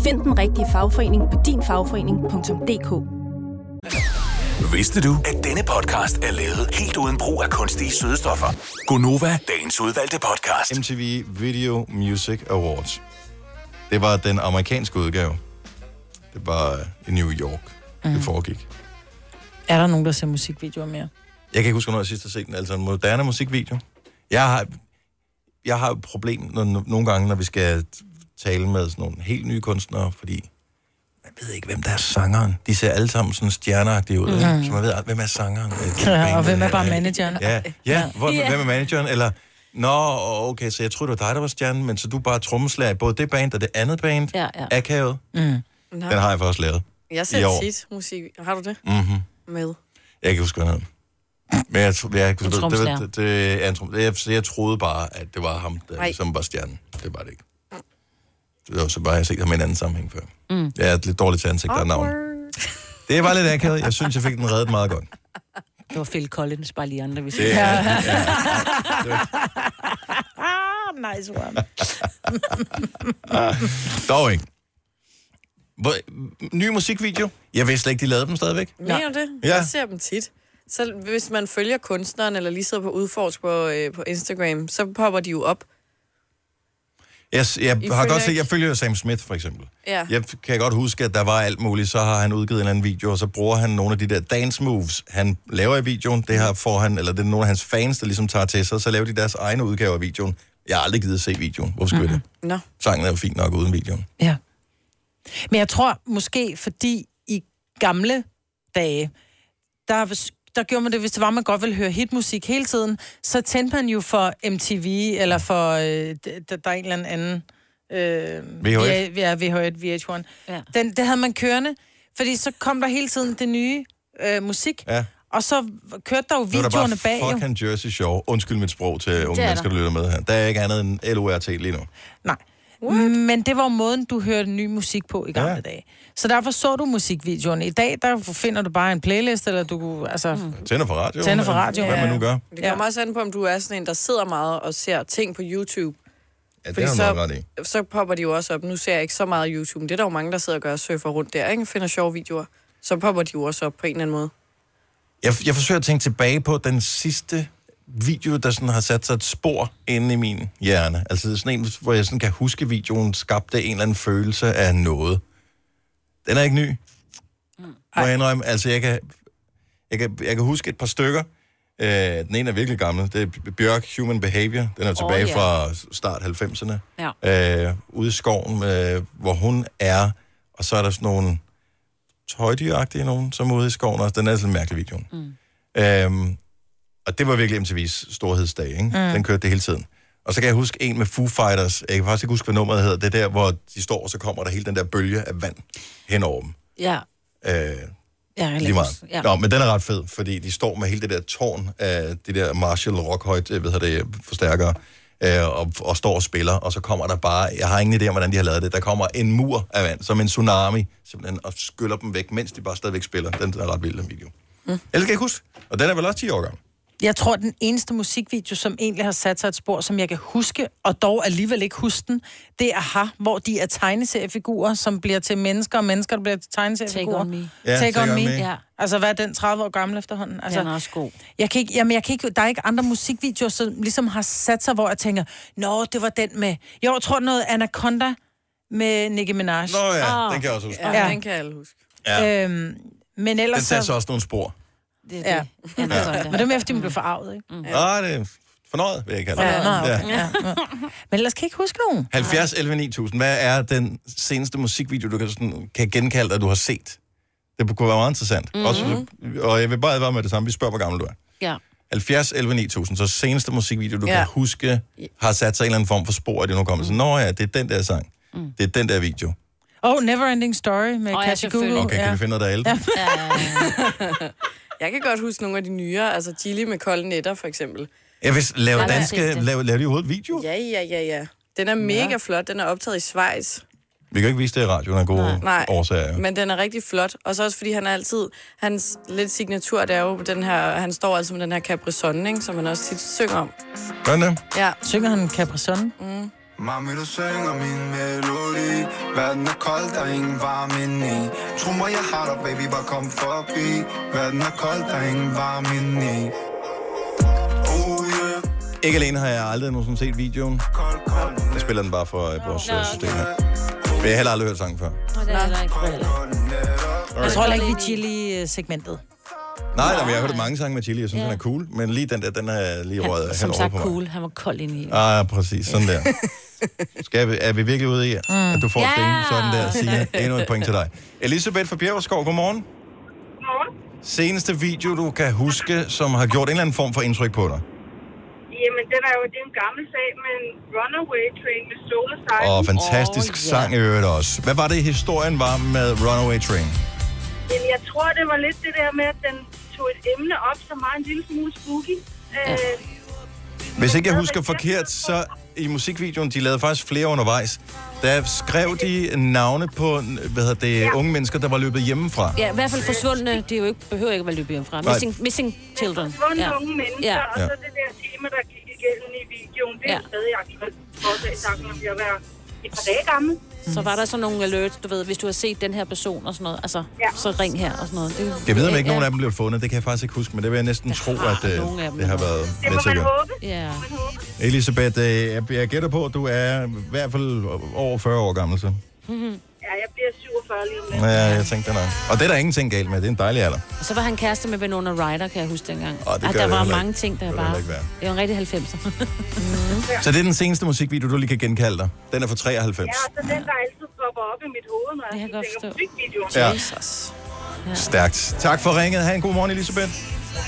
S8: Find den rigtige fagforening på dinfagforening.dk
S6: Vidste du, at denne podcast er lavet helt uden brug af kunstige sødestoffer? Gonova, dagens udvalgte podcast.
S1: MTV Video Music Awards. Det var den amerikanske udgave. Det var øh, i New York, mm.
S3: Mhm.
S1: det foregik.
S3: Er der nogen, der ser musikvideoer mere?
S1: Jeg kan ikke huske, hvornår jeg sidst har set den. Altså en moderne musikvideo. Jeg har, jeg har et problem når, nogle gange, når vi skal tale med sådan nogle helt nye kunstnere, fordi man ved ikke, hvem der er sangeren. De ser alle sammen sådan stjerneagtige ud,
S3: Mhm.
S1: mm. så man ved, hvem er sangeren? Øh, det er
S3: Ja, og
S1: bandet
S3: hvem er
S1: her,
S3: bare
S1: ikke?
S3: manageren?
S1: Ja, ja, hvor,
S3: Ja.
S1: yeah. hvem er manageren? Eller, nå, okay, så jeg tror det var dig, der var stjernen, men så du er bare trommeslager i både det band og det andet band.
S4: Ja, ja.
S1: Akavet.
S3: Mm.
S2: Nå.
S1: Den har jeg faktisk lavet.
S2: Jeg
S1: i
S2: ser
S1: år.
S2: tit musik. Har du det?
S1: Mm-hmm.
S2: Med.
S1: Jeg kan ikke huske, hvad han hed. Men jeg, tro- jeg, jeg, det,
S2: trommeslager.
S1: det, det, er en trom- jeg, så jeg troede bare, at det var ham, der
S2: Nej.
S1: ligesom var stjernen. Det var det ikke. Det var så bare, jeg har set ham i en anden sammenhæng før.
S10: Mm.
S1: Jeg er lidt dårlig til ansigter og navn. Det var lidt akavet. Jeg synes, jeg fik den reddet meget godt.
S4: Det var Phil Collins, bare lige andre, hvis
S1: Det er-
S4: ja.
S3: Ah, nice one.
S1: Ah. Dog ikke. Hvor, ny musikvideo. Jeg vidste slet ikke, de lavede dem stadigvæk.
S2: Mener du det?
S1: Ja.
S2: Jeg ser dem tit. Så hvis man følger kunstneren, eller lige sidder på udforsk på, øh, på Instagram, så popper de jo op.
S1: Jeg, jeg
S2: I
S1: har
S2: følger
S1: godt set,
S2: ikke-
S1: jeg følger jo Sam Smith for eksempel.
S2: Ja.
S1: Jeg kan godt huske, at der var alt muligt. Så har han udgivet en eller anden video, og så bruger han nogle af de der dance moves, han laver i videoen. Det her får han, eller det er nogle af hans fans, der ligesom tager til sig, så laver de deres egne udgaver af videoen. Jeg har aldrig givet at se videoen. Hvorfor skulle mm-hmm.
S2: Nå.
S1: det? Sangen er jo fint nok uden videoen.
S3: Ja. Men jeg tror måske, fordi i gamle dage, der, der gjorde man det, hvis det var, man godt ville høre hitmusik hele tiden, så tændte man jo for MTV, eller for, øh, d- d- der er en eller anden... Øh,
S1: VH1.
S3: Ja, ja, VH1, VH1. Ja. Den, det havde man kørende, fordi så kom der hele tiden det nye øh, musik,
S1: Ja.
S3: og så kørte der jo
S1: Nu er der
S3: videoerne bag.
S1: bare
S3: Jo.
S1: fucking Jersey Shore. Undskyld mit sprog til
S3: er
S1: unge
S3: der.
S1: mennesker, der lytter med her. Der er ikke andet end LORT lige nu.
S3: Nej. What? Men det var jo måden, du hørte ny musik på i gamle ja. dage. Så derfor så du musikvideoerne. I dag, der finder du bare en playlist, eller du kunne, altså... Mm.
S1: Tænder for radio.
S3: Tænder for radioen.
S1: Hvad man nu gør.
S2: Det kommer også an på, om du er sådan en, der sidder meget og ser ting på YouTube.
S1: Ja, det
S2: Fordi
S1: har
S2: så-
S1: man ret i.
S2: Så popper de jo også op. Nu ser jeg ikke så meget YouTube. men Det er der jo mange, der sidder og gør og surfer rundt der, ikke? Finder sjove videoer. Så popper de jo også op på en eller anden måde.
S1: Jeg, jeg forsøger at tænke tilbage på den sidste video, der sådan har sat sig et spor inde i min hjerne. Altså det er sådan en, hvor jeg sådan kan huske, videoen skabte en eller anden følelse af noget. Den er ikke ny. Må jeg indrømme, altså jeg kan, jeg kan, jeg kan huske et par stykker. Øh, den ene er virkelig gammel. Det er Bjørk Human Behavior. Den er tilbage
S10: ja.
S1: fra start 90'erne.
S10: Ja.
S1: Øh, ude i skoven, øh, hvor hun er. Og så er der sådan nogle tøjdyragtige nogen, som er ude i skoven også. Den er sådan en mærkelig video.
S10: Mm.
S1: Øhm, og det var virkelig MTV's storhedsdag, ikke? Mm. Den kørte det hele tiden. Og så kan jeg huske en med Foo Fighters. Jeg kan faktisk ikke huske, hvad nummeret hedder. Det er der, hvor de står, og så kommer der hele den der bølge af vand hen over dem.
S4: ja.
S1: Øh,
S4: ja
S1: lige meget. Ja. Nå, men den er ret fed, fordi de står med hele det der tårn af det der Marshall Rockhøjt, øh, hvad hedder det, forstærkere, øh, og, og står og spiller, og så kommer der bare, jeg har ingen idé om, hvordan de har lavet det, der kommer en mur af vand, som en tsunami, simpelthen, og skyller dem væk, mens de bare stadigvæk spiller. Den er ret vild, den video. Mm. Ellers kan jeg ikke huske. Og den er vel også 10 år gammel.
S3: Jeg tror, den eneste musikvideo, som egentlig har sat sig et spor, som jeg kan huske, og dog alligevel ikke huske den, det er Aha, hvor de er tegneseriefigurer, som bliver til mennesker, og mennesker, der bliver til tegneseriefigurer.
S4: Take on me.
S3: Ja, take, on, me.
S4: Ja.
S3: Ja. Altså, hvad er den 30 år gammel efterhånden? Altså,
S4: Den er også god.
S3: Jeg kan ikke, jamen, jeg kan ikke, der er ikke andre musikvideoer, som ligesom har sat sig, hvor jeg tænker, nå, det var den med... Jo, jeg tror noget Anaconda med Nicki Minaj.
S1: Nå ja, den kan jeg også huske.
S2: Ja, den kan jeg alle huske.
S1: Ja.
S3: Øhm, men ellers
S1: Den tager så Mm. også nogle spor.
S4: Det er
S3: ja.
S4: Anaconda.
S3: Men det er mere, fordi man blev forarvet, ikke? Mm.
S1: Ja. Ah, det er fornøjet, vil jeg kalde det.
S3: Ja, nå, okay.
S1: Ja.
S3: ja. Ja. Men ellers kan jeg ikke huske nogen.
S1: 70 11 9000. Hvad er den seneste musikvideo, du kan, sådan, kan genkalde, at du har set? Det kunne være meget interessant.
S2: Mhm.
S1: Mm-hmm. Også, og jeg vil bare advare med det samme. Vi spørger, hvor gammel du er.
S4: Ja.
S1: 70 11 9000. Så seneste musikvideo, du
S4: Ja.
S1: ja. kan huske, har sat sig en eller anden form for spor, at det nu kommer
S2: Mhm.
S1: sådan, nå ja, det er den der sang. Mm. Det er den der video.
S3: Oh, Neverending Story med
S2: Åh,
S3: oh,
S2: ja,
S3: Katja Google.
S2: selvfølgelig.
S1: Okay, kan vi finde noget, der er ældre?
S2: jeg kan godt huske nogle af de nyere, altså Gilly med kolde netter, for eksempel.
S1: Jeg vil lave
S2: Jeg har set
S1: danske...
S2: det.
S1: Lave, lave de overhovedet video?
S2: Ja, ja, ja, ja. Den er mega flot. Den er optaget i Schweiz.
S1: Vi kan jo ikke vise det i radioen af gode
S2: Nej,
S1: årsager.
S2: men den er rigtig flot. Og så også fordi han er altid... Hans lidt signatur, det er jo den her... Han står altid med den her Capri Sun, ikke? Som han også tit synger om.
S1: Gør den det?
S2: Ja.
S3: Synger han Capri Sun?
S2: Mm.
S10: Mami, du synger min melodi Verden er kold, der er ingen varme indeni Tro mig, jeg har dig, baby, bare kom forbi Verden er kold, der er ingen varme indeni Oh yeah,
S1: Ikke alene har jeg aldrig nogensinde set videoen. Jeg spiller den bare for øh, vores øh, system her. Men jeg har heller aldrig hørt sangen før.
S4: Og det er heller ikke.
S3: Jeg tror heller ikke, vi er øh, chili-segmentet.
S1: Nej, nej, men jeg har hørt mange sange med Chili, jeg synes,
S4: Ja.
S1: den er cool. Men lige den der, den er lige
S4: Han,
S1: røget han,
S4: som
S1: henover
S4: sagt
S1: på mig.
S4: cool. Han var kold ind i.
S1: Ah, præcis. Sådan der. Skal vi, er vi virkelig ude i, at du får yeah. den sådan der, Signe? Endnu et point til dig. Elisabeth fra Bjergskov, godmorgen. Godmorgen. Seneste video, du kan huske, som har gjort en eller anden form for indtryk på dig.
S11: Jamen, den er jo, det er en gammel sag, men Runaway Train med Solar Sign.
S1: Og fantastisk oh, sang i øvrigt også. Hvad var det, historien var med Runaway Train?
S11: Jamen, jeg tror, det var lidt det der med, at den tog et emne op, som var en lille smule spooky. Ja. Øh,
S1: Hvis ikke jeg husker forkert, så i musikvideoen, de lavede faktisk flere undervejs, der skrev de navne på, hvad hedder det, unge mennesker, der var løbet hjemmefra.
S4: Ja, i hvert fald forsvundne. De er jo ikke, behøver ikke at være løbet hjemmefra.
S1: Nej.
S4: Missing, missing children.
S11: forsvundne ja. unge mennesker,
S4: Ja.
S11: ja. og så det der tema, der gik igennem i videoen, det er
S4: Ja.
S11: ja. stadig aktuelt. Trods af sangen om at være et par dage gammel.
S4: Så var der sådan nogle alerts, du ved, hvis du har set den her person og sådan noget, altså, ja. så ring her og sådan noget. Det,
S1: Jeg ved, om ikke
S4: Ja.
S1: nogen af dem blev fundet. Det kan jeg faktisk ikke huske, men det vil jeg næsten tro, at øh,
S4: nogle af dem.
S1: det har været
S4: Det må
S1: med til at gøre.
S4: Ja.
S1: Elisabeth, øh, jeg, jeg gætter på, at du er i hvert fald over 40 år gammel, så.
S4: Mhm.
S11: Ja, jeg bliver 47 lige om lidt.
S1: Ja, jeg tænkte nok. Og det er der ingenting galt med. Det er en dejlig alder.
S4: Og så var han kæreste med Winona Ryder, kan jeg huske dengang.
S1: Åh,
S4: Ah,
S1: det gør
S4: der
S1: det
S4: var
S1: heller
S4: mange
S1: ikke.
S4: ting, der
S1: Det gør
S4: bare...
S1: det heller ikke Mm-hmm.
S4: Det var en rigtig Mhm. 90'er.
S1: Så det er den seneste musikvideo, du lige kan genkalde dig. Den er fra 93.
S11: Ja, og så den, der altid popper op i mit hoved, når jeg, jeg tænker musikvideoer.
S1: Ja.
S11: Jesus.
S1: Stærkt. Tak for ringet. Ha' en god morgen, Elisabeth.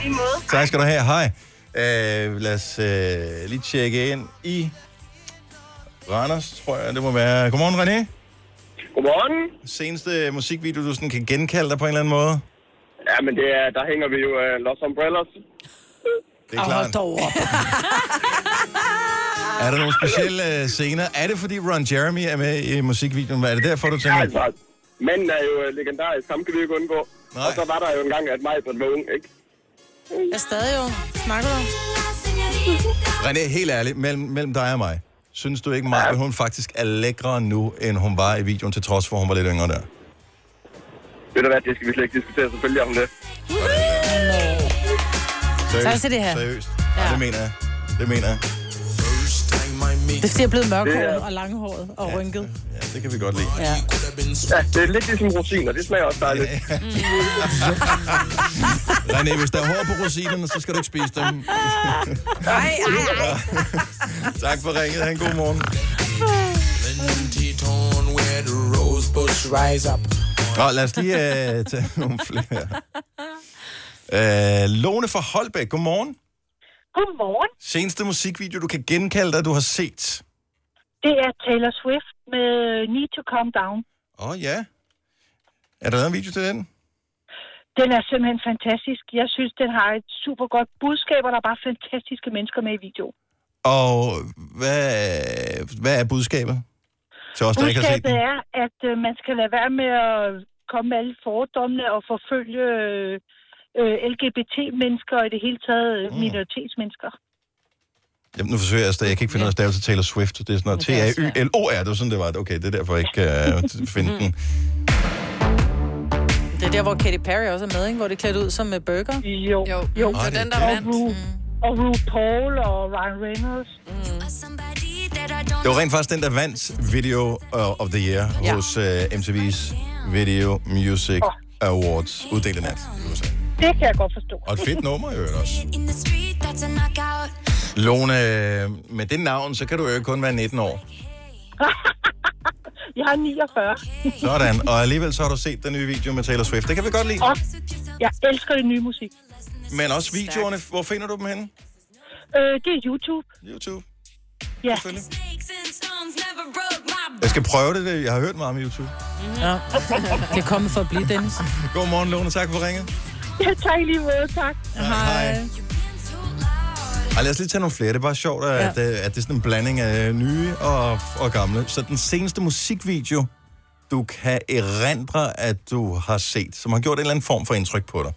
S11: I måde.
S1: Tak skal du have. Hej. Øh, lad os øh, lige tjekke ind i Randers, tror jeg, det må være. Godmorgen, René. Godmorgen. Seneste musikvideo, du sådan kan genkalde dig på en eller anden måde?
S12: Ja, men det er, der hænger vi jo uh, Los Umbrellas.
S1: Det er klart. Er der nogle specielle øh, scener? Er det, fordi Ron Jeremy er med i musikvideoen? Er det derfor, du tænker?
S12: Ja, altså, manden er jo uh, legendarisk, ham kan vi jo ikke undgå. Nej. Og så var der jo engang, at mig var ung, ikke?
S3: Jeg er stadig jo. Snakker du?
S1: René, helt ærligt, mellem, mellem dig og mig, synes du ikke meget, at hun faktisk er lækrere nu, end hun var i videoen, til trods for, at hun var lidt yngre der?
S12: Ved du hvad, det skal vi slet ikke diskutere selvfølgelig om det.
S3: Tak skal det her.
S1: Seriøst. Ja. det mener jeg. Det mener jeg.
S3: Det er fordi, jeg er blevet
S1: Det
S3: mørkhåret
S1: er-
S3: og langhåret og rynket.
S1: Ja, det kan vi godt lide.
S3: Ja.
S12: Ja, det er lidt ligesom rosiner, det smager også dejligt.
S1: René, hvis der er hår på rosinerne, så skal du ikke spise dem.
S3: Nej, nej, nej.
S1: tak for ringet. Ha' en god morgen. Nå, lad os lige øh, tage nogle flere. Øh, Lone fra Holbæk, godmorgen.
S13: Godmorgen.
S1: Seneste musikvideo, du kan genkalde dig, du har set.
S13: Det er Taylor Swift med Need to Calm Down.
S1: Åh oh, ja. Er der lavet en video til den?
S13: Den er simpelthen fantastisk. Jeg synes, den har et super godt budskab, og der er bare fantastiske mennesker med i videoen.
S1: Og hvad, hvad er budskabet? Til os, der ikke har set
S13: Budskabet
S1: den.
S13: er, at øh, man skal lade være med at komme med alle fordommene og forfølge øh, øh, LGBT-mennesker og i det hele taget øh, minoritetsmennesker.
S1: Jamen, nu forsøger jeg at stave. Jeg kan ikke finde noget at stave til Taylor Swift. Det er sådan noget
S13: Men det er
S1: T-A-Y-L-O-R. Det var sådan, det var. Okay, det er derfor, jeg ikke uh, finde
S13: Mm.
S1: den.
S3: Det er der, hvor Katy Perry også er med, ikke? Hvor det er klædt ud som med burger. Mm.
S13: Jo.
S3: Jo,
S13: Jo.
S3: det var den, der
S13: og,
S3: vandt.
S13: Ru, og RuPaul og Ryan Reynolds.
S1: Det var rent faktisk den, der vandt Video øh, of the Year ja.
S13: Ja.
S1: hos uh, MTV's Video Music Awards uddelt i nat. i USA.
S13: Det kan jeg godt forstå.
S1: Og et fedt nummer i øvrigt også. Lone, øh, med det navn, så kan du jo ikke kun være 19 år.
S13: Jeg har 49.
S1: Sådan, og alligevel så har du set den nye video med Taylor Swift. Det kan vi godt lide.
S13: Og jeg elsker det nye musik.
S1: Men også videoerne, hvor finder du dem henne?
S13: Øh, det er YouTube.
S1: YouTube?
S13: Ja.
S1: Jeg skal prøve det, det. Jeg har hørt meget om YouTube.
S3: Ja. Det er kommet for at blive, Dennis.
S1: Godmorgen, Lone. Tak for ringet.
S13: Ja, tak i lige måde, tak.
S1: Hej. Ej, lad os lige tage nogle flere. Det er bare sjovt, at, ja. at det er sådan en blanding af nye og, og gamle. Så den seneste musikvideo, du kan erindre, at du har set, som har gjort en eller anden form for indtryk på dig.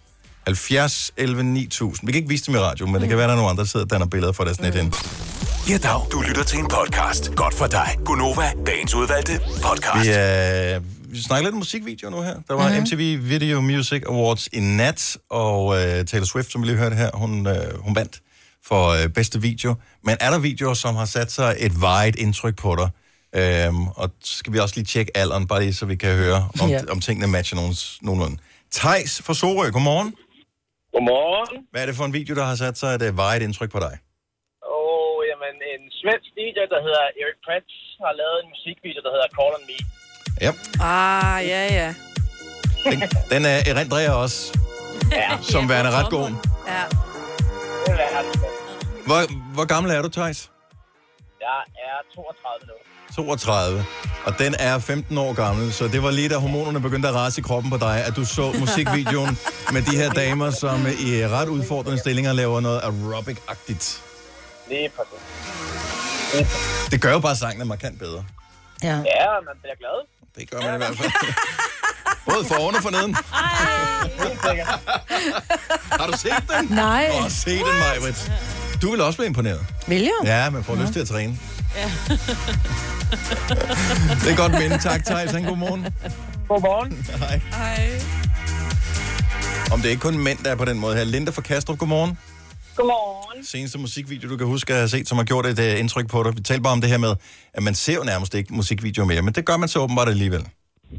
S1: 70, 11, 9000. Vi kan ikke vise dem i radio, men det kan være, der er nogle andre, der sidder og danner billeder for deres mm. net ind.
S6: Ja, dag. Du lytter til en podcast. Godt for dig. Gunova, dagens udvalgte podcast.
S1: Vi, øh, vi snakker lidt om musikvideo nu her. Der var
S2: Mhm.
S1: mm-hmm. MTV Video Music Awards i nat, og øh, Taylor Swift, som vi lige hørte her, hun, øh, hun vandt for øh, bedste video. Men er der videoer, som har sat sig et vejet indtryk på dig? Øhm, og skal vi også lige tjekke alderen, bare lige så vi kan høre, om,
S14: Ja.
S1: ja. om tingene matcher nogens, nogenlunde. Tejs fra Sorø, godmorgen.
S15: Godmorgen.
S1: Hvad er det for en video, der har sat sig et øh, vejet indtryk på dig?
S15: Og jamen, en svensk DJ, der hedder Eric Prats, har lavet en musikvideo, der hedder Call on Me.
S1: Ja,
S2: Ah, ja, ja.
S1: den, den øh, erindrer jeg også, ja. som værende ret god.
S2: Ja.
S1: Hvor, hvor gammel er du, Tejs?
S15: Jeg er 32 nu.
S1: 32. Og den er 15 år gammel, så det var lige da hormonerne begyndte at rase i kroppen på dig, at du så musikvideoen med de her damer, som i øh, ret udfordrende stillinger laver noget aerobic-agtigt.
S15: Lige præcis.
S1: Det gør jo bare sangene markant bedre.
S3: Ja.
S15: ja, man bliver glad.
S1: Det gør man i hvert fald. Både for oven og for neden. Har du set den?
S3: Nej.
S1: Åh, se den, Majbrit. Du vil også blive imponeret.
S3: Vil jeg?
S1: Ja, man får lyst til at træne.
S3: Ja.
S1: Det er godt minde. Tak, Thijs. Ha' en god morgen.
S15: Godmorgen.
S1: Hej.
S2: Hej.
S1: Om det er ikke kun mænd, der er på den måde her. Linda fra Kastrup, godmorgen.
S11: Godmorgen.
S1: Seneste musikvideo, du kan huske at have set, som har gjort et uh, indtryk på dig. Vi talte bare om det her med, at man ser jo nærmest ikke musikvideoer mere, men det gør man så åbenbart alligevel.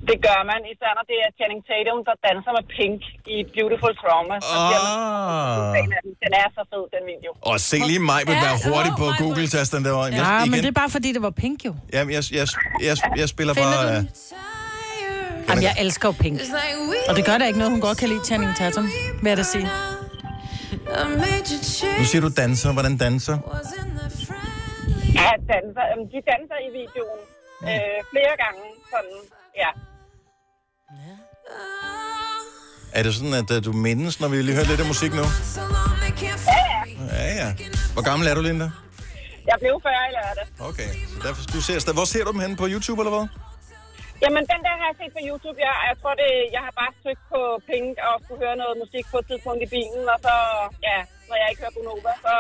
S11: Det gør man, især når det er Channing Tatum, der danser med Pink i Beautiful Trauma. Så bliver man
S1: Ah.
S11: fan af den. Den er så fed, den video.
S1: Og se lige mig, vil være hurtigt på Google-tasten derovre.
S3: Ja,
S1: Jeg,
S3: men
S1: igen,
S3: det er bare fordi, det var pink jo.
S1: jamen, jeg, jeg, jeg, jeg spiller
S3: Finder du
S1: bare...
S3: den?
S1: Uh,
S3: Jamen, jeg elsker jo pink. Og det gør da ikke noget, hun godt kan lide Channing Tatum, vil jeg da sige. Um,
S1: nu siger du danser. Hvordan danser?
S11: Ja, danser. Øhm, De danser i videoen øh, flere gange. Sådan, ja.
S1: Er det sådan, at øh, du mindes, når vi lige hører lidt af musik nu?
S11: Ja, ja.
S1: Ja, ja. Hvor gammel er du, Linda?
S11: Jeg blev 40 i lørdag.
S1: Okay, så derfor du ser stadig. Hvor ser du dem henne? På YouTube eller hvad?
S11: Jamen, den der har jeg set på YouTube. Jeg, jeg tror, det, jeg har bare søgt på Pink og skulle høre noget musik på et tidspunkt i bilen. Og så, ja, når jeg ikke hører på Nova, så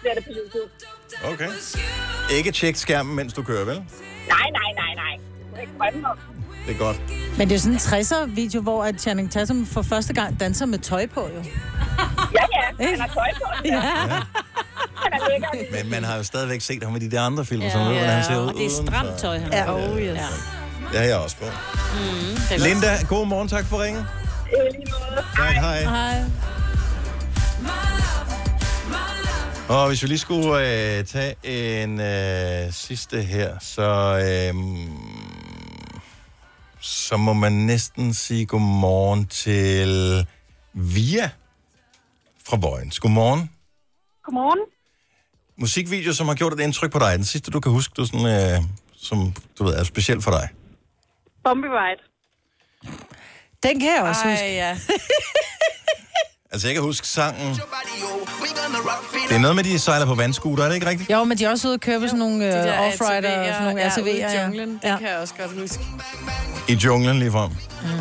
S11: bliver det på YouTube.
S1: Okay. Ikke tjek skærmen, mens du kører, vel?
S11: Nej, nej, nej, nej. Det er ikke drømme om.
S1: Det er godt.
S3: Men det er jo sådan en 60'er-video, hvor at Channing Tatum for første gang danser med tøj på, jo.
S11: Ja, ja. Han har tøj på. Ja. Han er lækker.
S1: Men man har jo stadigvæk set ham i de der andre film,
S4: Ja.
S1: som ved, hvordan han ser
S4: Ja,
S1: ud.
S4: og det er
S1: uden,
S4: stramt
S1: så-
S4: tøj, han
S1: ja.
S4: har.
S1: Oh,
S4: Oh,
S1: yes.
S4: yes.
S1: ja. Det har jeg også på.
S4: Mm,
S1: Linda, god morgen. Tak for ringet.
S11: I lige måde.
S1: Hej. Hej.
S3: Hej.
S1: Og hvis vi lige skulle øh, tage en øh, sidste her, så, øh, så må man næsten sige godmorgen til Via fra Vojens. Godmorgen.
S11: Godmorgen.
S1: Musikvideo, som har gjort et indtryk på dig. Den sidste, du kan huske, du sådan, øh, som du ved, er speciel for dig.
S11: Bumpy Ride.
S3: Den kan jeg også
S2: Ej,
S3: huske.
S2: ja.
S1: Altså, jeg kan huske sangen. Det er noget med, de sejler på vandskuter, er det ikke rigtigt?
S3: Jo, men de er også ude og køre på sådan nogle
S2: De der
S3: uh, off-rider og
S2: ATV'er,
S3: sådan nogle
S2: ja,
S3: ATV'er.
S2: ude i
S3: Ja,
S2: junglen, det kan jeg også godt huske.
S1: I junglen lige frem.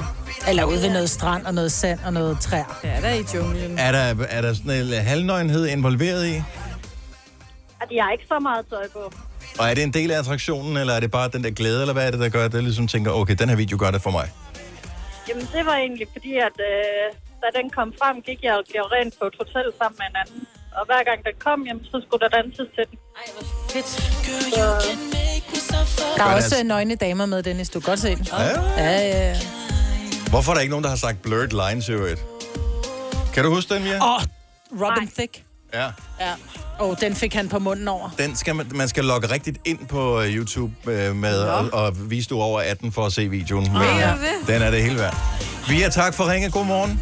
S3: Eller ude ved noget strand og noget sand og noget træer.
S2: Ja, der er i junglen.
S1: Er der, er der sådan en lille halvnøgenhed involveret i?
S11: Og de har ikke så meget tøj på.
S1: Og er det en del af attraktionen, eller er det bare den der glæde, eller hvad er det, der gør, at jeg ligesom tænker, okay, den her video gør det for mig?
S11: Jamen, det var egentlig fordi, at øh, da den kom frem, gik jeg og blev rent på et hotel sammen med en anden. Og hver gang den kom, jamen, så skulle der danses til den. Ej, hvor fedt. Så,
S3: Der
S1: Men
S3: er
S1: altså-
S3: også øh, nøgne damer med, Dennis. Du kan godt se den.
S1: Ja.
S3: Ja, ja, ja.
S1: Hvorfor er der ikke nogen, der har sagt blurred lines i øvrigt? Kan du huske den, Mia?
S3: Åh, Robin Thicke.
S1: Ja.
S3: Ja. Og oh, den fik han på munden over.
S1: Den skal man, man skal logge rigtigt ind på øh, YouTube øh, med og, og vise du er over 18 for at se videoen. Men,
S3: Mener
S1: øh,
S3: du det?
S1: Den er det hele værd. Vi er tak for ringe. God morgen.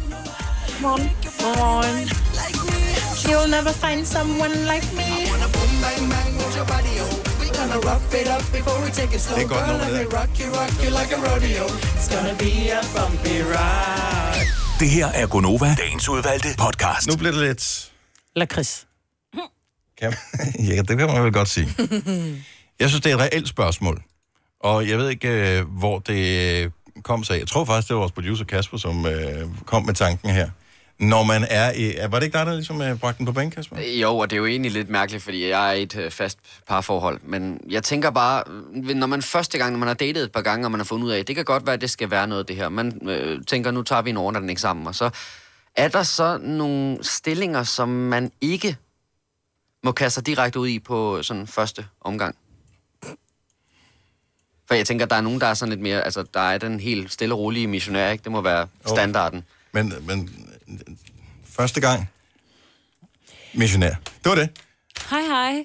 S11: Godmorgen.
S3: Godmorgen. You'll never find someone like me.
S1: Det er godt nummer, det der.
S6: Det her er Gonova, dagens udvalgte podcast.
S1: Nu bliver det lidt...
S3: Lakrids.
S1: Kan man, ja, det kan man vel godt sige. Jeg synes, det er et reelt spørgsmål. Og jeg ved ikke, øh, hvor det øh, kom sig af. Jeg tror faktisk, det var vores producer Kasper, som øh, kom med tanken her. Når man er i... er- Var det ikke dig, der ligesom øh, bragte den på banen, Kasper?
S5: Jo, og det er jo egentlig lidt mærkeligt, fordi jeg er i et øh, fast parforhold. Men jeg tænker bare, øh, når man første gang, når man har datet et par gange, og man har fundet ud af, det kan godt være, at det skal være noget, det her. Man øh, tænker, nu tager vi en overnatning sammen, og så er der så nogle stillinger, som man ikke må kaste sig direkte ud i på øh, sådan første omgang? For jeg tænker, der er nogen, der er sådan lidt mere... Altså, der er den helt stille og rolige missionær, ikke? Det må være standarden.
S1: Men, men øh, første gang, missionær. Det var det.
S4: Hej, hej.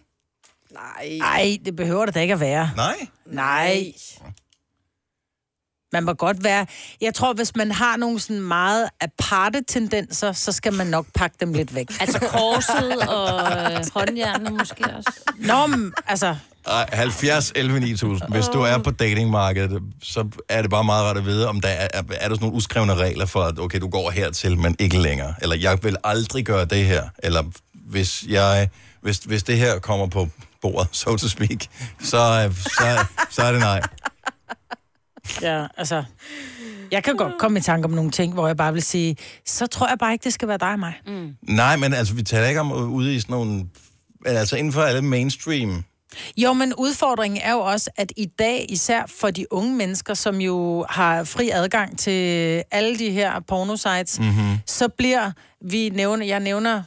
S2: Nej.
S3: Nej, det behøver det da ikke at være.
S1: Nej.
S3: Nej. Man må godt være... Jeg tror, hvis man har nogle sådan meget aparte tendenser, så skal man nok pakke dem lidt væk.
S4: Altså korset og øh, håndjernet måske også.
S3: Nå, men, altså...
S1: Ej, 70 11 9000. Hvis du er på datingmarkedet, så er det bare meget rart at vide, om der er, er der sådan nogle uskrevne regler for, at okay, du går hertil, men ikke længere. Eller jeg vil aldrig gøre det her. Eller hvis, jeg, hvis, hvis det her kommer på bordet, so to speak, så, øh, så, så er det nej.
S3: Ja, altså... Jeg kan godt komme i tanke om nogle ting, hvor jeg bare vil sige, så tror jeg bare ikke, det skal være dig og mig. Mm.
S1: Nej, men altså, vi taler ikke om øh, ude i sådan nogle... men Altså inden for alle mainstream.
S3: Jo, men udfordringen er jo også, at i dag, især for de unge mennesker, som jo har fri adgang til alle de her pornosites,
S14: Mhm.
S3: mm-hmm. så bliver vi nævner, jeg nævner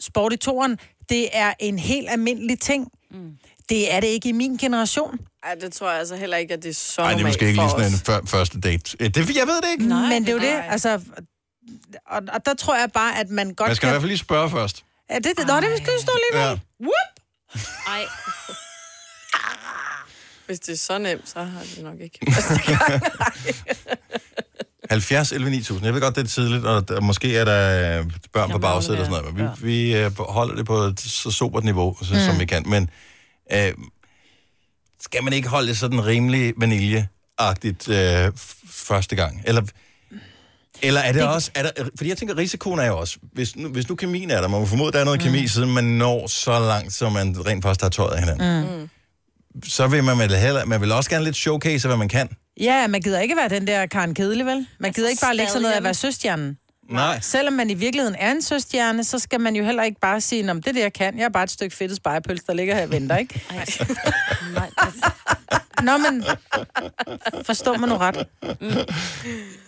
S3: sport i toren, det er en helt almindelig ting. Mm. Det er det ikke i min generation.
S2: Ej, det tror jeg altså heller ikke, at det er så
S1: Nej, det er måske ikke lige sådan en før, første date. Øh, Det, jeg ved det ikke.
S3: Nej, men det er jo det, altså... Og, og der tror jeg bare, at man godt
S1: Man skal i
S3: kan...
S1: hvert fald lige spørge først.
S3: Ja, det, det, nå, det skal jo stå alligevel. Ja. Whoop!
S4: Ej.
S2: Hvis det er så nemt, så har det nok ikke.
S1: 70 11 9000. Jeg ved godt, det er tidligt, og der, måske er der øh, børn på bagsædet og sådan noget, men vi, vi øh, holder det på et så sobert niveau, så, mm. som vi kan. Men øh, skal man ikke holde det sådan rimelig vaniljeagtigt øh, f- første gang? Eller, eller er det,
S6: Det-
S1: det også... Er der, fordi jeg tænker, risikoen er jo også, hvis nu, hvis nu kemien er der, man må formode, der er noget mm. kemi, siden man når så langt, som man rent faktisk har tøjet af hinanden.
S3: Mm.
S1: Mm. Så vil man vel heller, man vil også gerne lidt showcase, hvad man kan.
S3: Ja, man gider ikke være den der Karen Kedelig, vel? Man gider ikke bare lægge sig ned at være søstjernen.
S1: Nej.
S3: Selvom man i virkeligheden er en søstjerne, så skal man jo heller ikke bare sige, om det der kan, jeg er bare et stykke fedtet spejepøls, der ligger her og venter, ikke? Nå, men forstår man nu ret?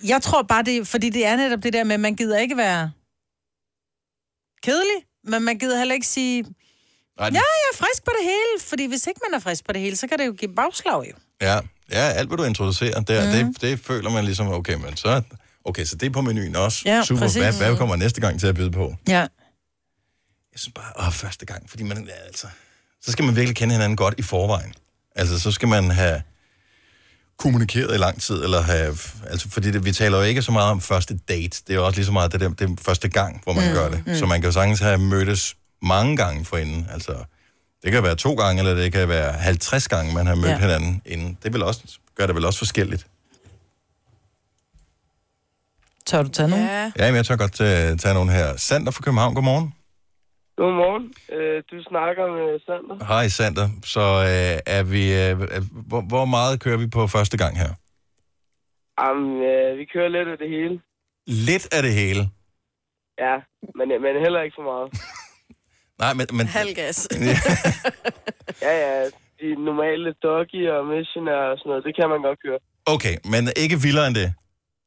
S3: Jeg tror bare, det, fordi det er netop det der med, at man gider ikke være kedelig, men man gider heller ikke sige,
S1: Nej, det-
S3: ja, jeg er frisk på det hele, fordi hvis ikke man er frisk på det hele, så kan det jo give bagslag jo.
S1: Ja, ja alt hvad du introducerer der,
S3: Mhm.
S1: mm. det, det føler man ligesom, okay, men så, okay, så det er på menuen også.
S3: Ja,
S1: Super,
S3: præcis.
S1: hvad, hvad kommer næste gang til at byde på?
S3: Ja.
S1: Jeg synes bare, åh, første gang, fordi man, ja, altså, så skal man virkelig kende hinanden godt i forvejen. Altså, så skal man have kommunikeret i lang tid, eller have, altså, fordi det, vi taler jo ikke så meget om første date, det er jo også lige så meget det, der, det er første gang, hvor man
S6: Mm,
S1: gør det.
S6: mm.
S1: Så man kan jo sagtens have mødtes mange gange forinden, altså, det kan være to gange, eller det kan være 50 gange, man har mødt
S3: Ja.
S1: ja. hinanden inden. Det vil også, gør det vel også forskelligt.
S3: Tør du tage nogen? Ja.
S1: Ja, men jeg tør godt uh, tage nogen her. Sander fra København, godmorgen.
S15: Godmorgen. Øh, du snakker med Sander.
S1: Hej Sander. Så uh, er vi, uh, er, hvor, hvor meget kører vi på første gang her?
S15: Jamen, øh, vi kører lidt af det hele.
S1: Lidt af det hele.
S15: Ja, men, men heller ikke for meget.
S1: Nej, men... men
S2: Halvgas.
S15: ja, ja. De normale doggy og missionær og sådan noget, det kan man godt køre.
S1: okay, men ikke vildere end det?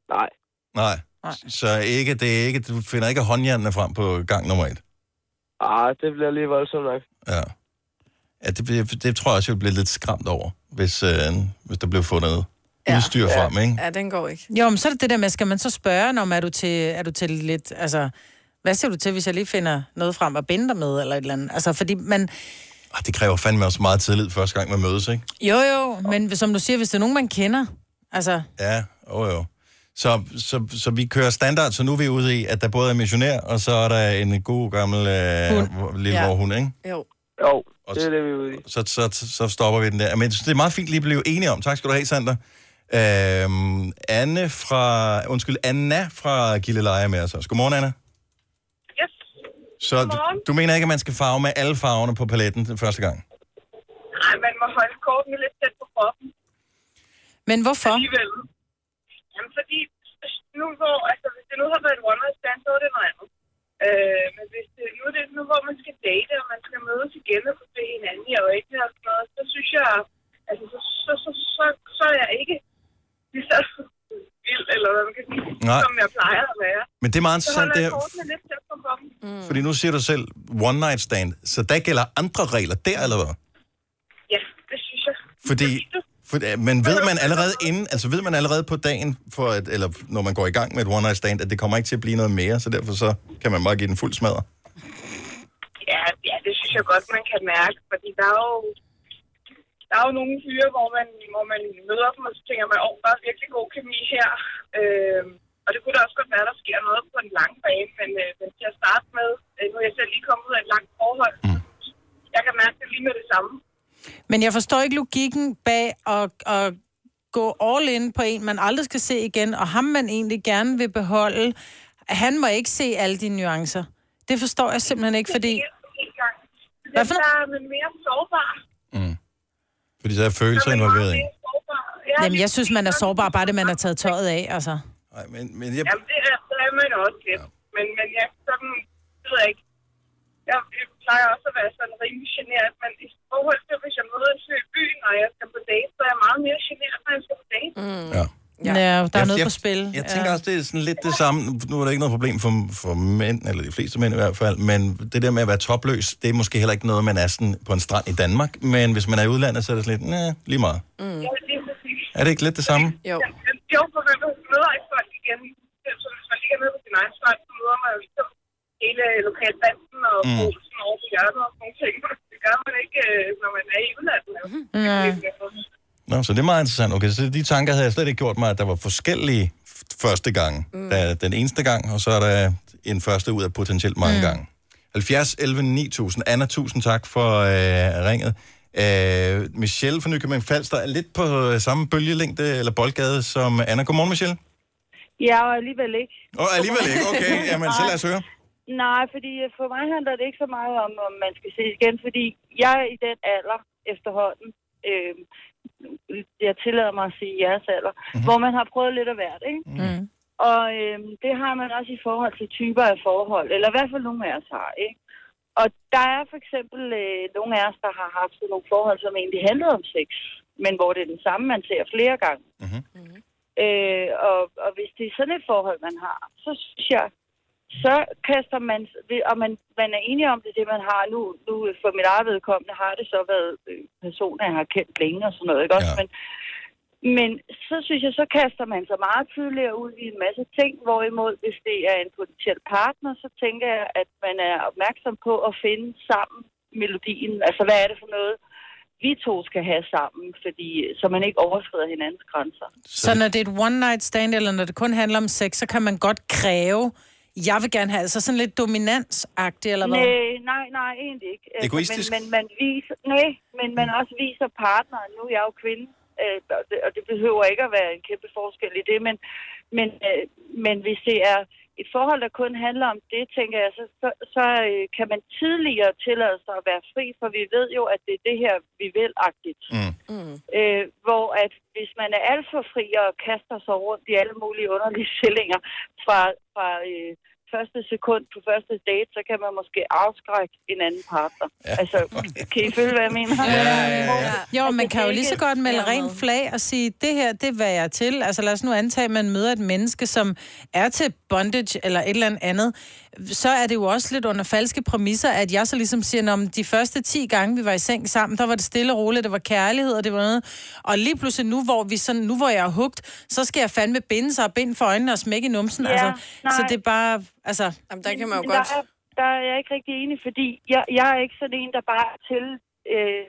S15: Nej.
S1: Nej. Så ikke, det er ikke, du finder ikke håndjernene frem på gang nummer et?
S15: Ah, det bliver lige voldsomt nok.
S1: Ja. ja det, bliver- det tror jeg også, jeg bliver lidt skræmt over, hvis, øh, hvis der blev fundet ja. udstyr frem, ikke?
S2: Ja, den går ikke.
S3: Jo, men så er det det der med, skal man så spørge, når man er du til, er du til lidt, altså, hvad siger du til, hvis jeg lige finder noget frem at binde dig med, eller et eller andet? Altså, fordi man,
S1: Og Ah, det kræver fandme også meget tillid første gang, man mødes, ikke?
S3: jo jo, men som du siger, hvis det er nogen, man kender, altså,
S1: Ja, åh jo. Så, så, så vi kører standard, så nu er vi ude i, at der både er missionær, og så er der en god gammel øh, hvor- lille
S15: Ja.
S1: ja. hund, ikke?
S2: Jo.
S15: Jo,
S1: Og
S15: det er det, vi er ude i.
S1: Så, så, så stopper vi den der. Men jeg synes, det er meget fint lige at blive enige om. Tak skal du have, Sander. Øhm, Anne fra, undskyld, Anna fra Gilleleje er med os også. Godmorgen, Anna.
S7: Yes.
S1: Så du,
S7: Godmorgen.
S1: du mener ikke, at man skal farve med alle farverne på paletten den første gang?
S7: Ej, man må holde kortene lidt tæt på kroppen.
S3: Men hvorfor?
S7: Alligevel. Jamen, fordi nu hvor, altså, hvis det nu havde været et one night stand, så var det noget andet.
S11: Øh, altså, er jeg ikke lige så vild, eller hvad man kan sige,
S1: Nej.
S11: som jeg plejer at være.
S1: Men det er meget
S11: Så
S1: interessant,
S11: holder
S1: det
S11: jeg
S1: her.
S11: kortene lidt tæt på kroppen. Mm.
S1: Fordi nu siger du selv one night stand, så der gælder andre regler der, eller hvad?
S11: Ja, det synes jeg.
S1: Fordi, for, men ved man allerede inden, altså ved man allerede på dagen, for at, eller når man går i gang med et one night stand, at det kommer ikke til at blive noget mere, så derfor så kan man bare give den fuld smadre.
S11: Ja, ja, det synes jeg godt, man kan mærke, fordi der er jo, der er jo nogle fyre, hvor man, hvor man møder dem, og så tænker man, åh, oh, der er virkelig god kemi her. Øh, og det kunne da også godt være, der sker noget på en lang bane, men, øh, men til at starte med, øh, nu er jeg selv lige kommet ud af et langt forhold, mm. jeg kan mærke det lige med det samme.
S3: Men jeg forstår ikke logikken bag at, at gå all in på en, man aldrig skal se igen, og ham man egentlig gerne vil beholde, han må ikke se alle de nuancer. Det forstår jeg simpelthen ikke, fordi...
S11: Hvad for noget? Der er man mere sårbar.
S1: Fordi der er følelser involveret i.
S3: Jamen, jeg synes, man er sårbar, bare det, man har taget tøjet af, altså.
S1: Nej, men, men jeg...
S11: Jamen, det er, så er man også lidt. Ja. Men, men jeg sådan, det ved jeg ikke. Jeg, jeg plejer også at være sådan rimelig generet, men i forhold til, hvis jeg møder en fyr i byen, og jeg skal på date, så er jeg meget mere generet, når jeg skal på date. Mm.
S1: Ja.
S3: Ja, der er
S1: Jeg-
S3: noget
S1: jeg,
S3: på spil.
S1: Jeg tænker
S3: Ja.
S1: også, det er sådan lidt det samme. Nu er der ikke noget problem for, for mænd, eller de fleste mænd i hvert fald, men det der med at være topløs, det er måske heller ikke noget, man er sådan på en strand i Danmark. Men hvis man er i udlandet, så er det sådan lidt, nej, lige meget.
S11: Mm. Ja, det er præcis.
S1: Er det ikke lidt det samme?
S16: Jo.
S11: Jo, for man møder ikke folk igen. Så hvis man ligger nede på sin egen strand, så møder man jo ligesom hele lokalbanden og
S1: Mm.
S11: mm. sådan over på hjørnet og sådan nogle ting. Det gør man ikke, øh, når man er i udlandet. Mm.
S1: Nå, så det er meget interessant. Okay, så de tanker havde jeg slet ikke gjort mig, at der var forskellige f- første gang. Mm. Der er den eneste gang, og så er der en første ud af potentielt mange mm. gange. 70, 11, 9000. Anna, tusind tak for øh, ringet. Øh, Michelle fra Nykøbing Falster er lidt på øh, samme bølgelængde eller boldgade som Anna. Godmorgen, Michelle.
S17: Ja, og alligevel ikke.
S1: Og alligevel ikke. Okay, jamen, så lad os høre.
S17: Nej, fordi øh, for mig handler det ikke så meget om, om man skal ses igen, fordi jeg er i den alder efterhånden, øh, jeg tillader mig at sige jeres alder,
S1: Mhm.
S17: mm-hmm. hvor man har prøvet lidt af hvert, ikke?
S3: Mm.
S17: Og øh, det har man også i forhold til typer af forhold, eller i hvert fald nogle af os har, ikke? Og der er for eksempel øh, nogle af os, der har haft sådan nogle forhold, som egentlig handlede om sex, men hvor det er den samme, man ser flere gange. Mm-hmm. Øh, og, og hvis det er sådan et forhold, man har, så synes jeg, så kaster man, og man, man er enige om det, er det man har nu, nu for mit eget vedkommende, har det så været øh, personer, jeg har kendt længe og sådan noget, ikke også? Ja. Men, men så synes jeg, så kaster man sig meget tidligere ud i en masse ting, hvorimod hvis det er en potentiel partner, så tænker jeg, at man er opmærksom på at finde sammen melodien. Altså, hvad er det for noget, vi to skal have sammen, fordi, så man ikke overskrider hinandens grænser.
S3: Så når det er et one night stand, eller når det kun handler om sex, så kan man godt kræve, jeg vil gerne have, altså sådan lidt dominansagtigt, eller hvad?
S17: Nej, nej, nej, egentlig ikke. Altså,
S3: Egoistisk?
S17: Men, men man viser, nej, men man også viser partneren, nu er jeg jo kvinde, øh, og det- og det behøver ikke at være en kæmpe forskel i det, men, men, øh, men hvis det er et forhold, der kun handler om det, tænker jeg, så, så, så øh, kan man tidligere tillade sig at være fri, for vi ved jo, at det er det her, vi vil-agtigt.
S1: Mm.
S17: Mm. Øh, hvor at hvis man er alt for fri og kaster sig rundt i alle mulige underlige stillinger fra, fra øh, første sekund på første date, så kan man måske afskrække en anden partner. Ja. Altså, kan I følge, hvad jeg mener? Ja, ja, ja.
S3: Jo, man kan jo lige så godt melde ren flag og sige, det her, det er, hvad jeg er til. Altså lad os nu antage, at man møder et menneske, som er til bondage eller et eller andet. Så er det jo også lidt under falske præmisser, at jeg så ligesom siger, om de første 10 gange, vi var i seng sammen, der var det stille og roligt, det var kærlighed og det var noget. Og lige pludselig nu, hvor, vi sådan, nu hvor jeg er hugt, så skal jeg fandme binde sig og binde for øjnene og smække i numsen.
S17: Ja,
S3: Ja, altså.
S17: nej.
S3: Så det er bare, altså... Jamen, der kan
S17: Men Der er, der er jeg ikke rigtig enig, fordi jeg, jeg er ikke sådan en, der bare er til... Øh,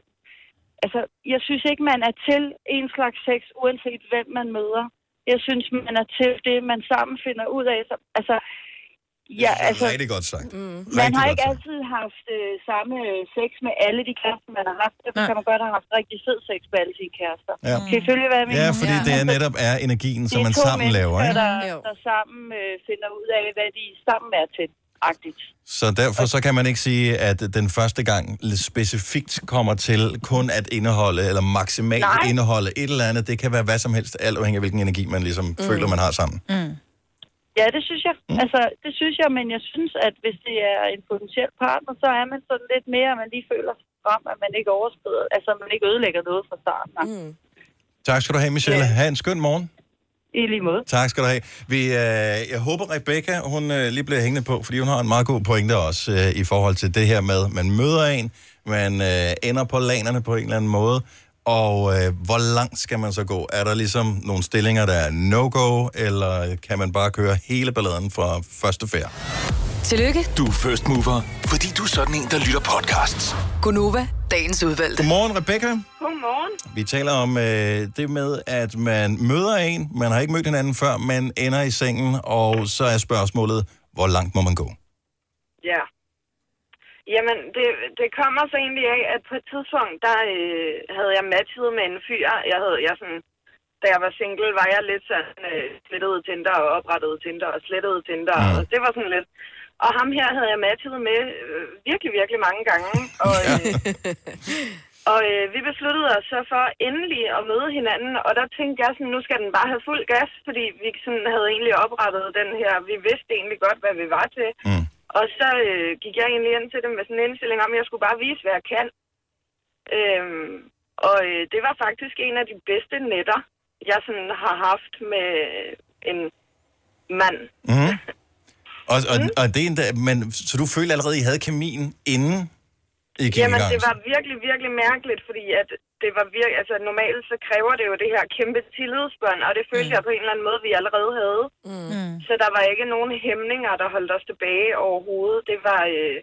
S17: altså, jeg synes ikke, man er til en slags sex, uanset hvem man møder. Jeg synes, man er til det, man sammen finder ud af. Så, altså, ja,
S1: Det er
S17: altså,
S1: rigtig godt sagt. Mm.
S17: man
S1: Rigtig
S17: har
S1: godt
S17: ikke altid haft øh, samme øh, sex med alle de kærester, man har haft. Derfor kan man godt have haft rigtig fed sex med alle sine kærester.
S1: Ja.
S17: Kan I følge, hvad jeg mener?
S1: Ja, fordi det er netop er energien, som
S17: Det er
S1: man
S17: to
S1: sammen laver.
S17: mennesker,
S1: Ikke?
S17: Der, der sammen øh, finder ud af, hvad de sammen er til. Agtigt.
S1: Så derfor så kan man ikke sige, at den første gang specifikt kommer til kun at indeholde, eller maksimalt
S17: Nej.
S1: indeholde et eller andet. Det kan være hvad som helst, alt afhængig af hvilken energi, man ligesom mm. føler, man har sammen.
S17: Mm. Ja, det synes jeg. Mm. Altså, det synes jeg, men jeg synes, at hvis det er en potentiel partner, så er man sådan lidt mere, at man lige føler frem, at man ikke overskrider, altså at man ikke ødelægger noget fra starten. Mm.
S1: Tak skal du have, Michelle. Ha' en skøn morgen.
S17: I lige måde.
S1: Tak skal du have. Vi, øh, jeg håber, Rebecca, hun øh, lige bliver hængende på, fordi hun har en meget god pointe også øh, i forhold til det her med, man møder en, man øh, ender på lanerne på en eller anden måde, og øh, hvor langt skal man så gå? Er der ligesom nogle stillinger, der er no-go, eller kan man bare køre hele balladen fra første færd?
S18: Tillykke,
S6: Du er first mover, fordi du er sådan en, der lytter podcasts.
S18: Gunova, dagens udvalgte.
S1: Godmorgen, Rebecca.
S18: Godmorgen.
S1: Vi taler om øh, det med, at man møder en, man har ikke mødt hinanden før, man ender i sengen, og så er spørgsmålet, hvor langt må man gå? Mhm.
S14: Ja. Jamen, det, det kommer så egentlig af, at på et tidspunkt, der øh, havde jeg matchet med en fyr. Jeg havde, jeg sådan, da jeg var single, var jeg lidt sådan, øh, slettede Tinder og oprettede Tinder og slettede Tinder. Mm. Og det var sådan lidt... Og ham her havde jeg matchet med øh, virkelig, virkelig mange gange. Og, øh, og øh, vi besluttede os så for endelig at møde hinanden. Og der tænkte jeg sådan, nu skal den bare have fuld gas, fordi vi sådan havde egentlig oprettet den her... Vi vidste egentlig godt, hvad vi var til. Mm. Og så øh, gik jeg egentlig ind til dem med sådan en indstilling om, at jeg skulle bare vise, hvad jeg kan. Øhm, og øh, det var faktisk en af de bedste netter, jeg sådan har haft med øh, en mand.
S1: Mm-hmm. Og, og,
S14: Mhm.
S1: og det er endda, men, så du følte allerede, I havde kemien inden I gik
S14: Jamen,
S1: i gang?
S14: det var virkelig, virkelig mærkeligt, fordi at det var virkelig, altså normalt så kræver det jo det her kæmpe tillidsbånd, og det følte mm. jeg på en eller anden måde, vi allerede havde.
S19: Mm.
S14: Så der var ikke nogen hæmninger, der holdt os tilbage overhovedet. Det var, øh,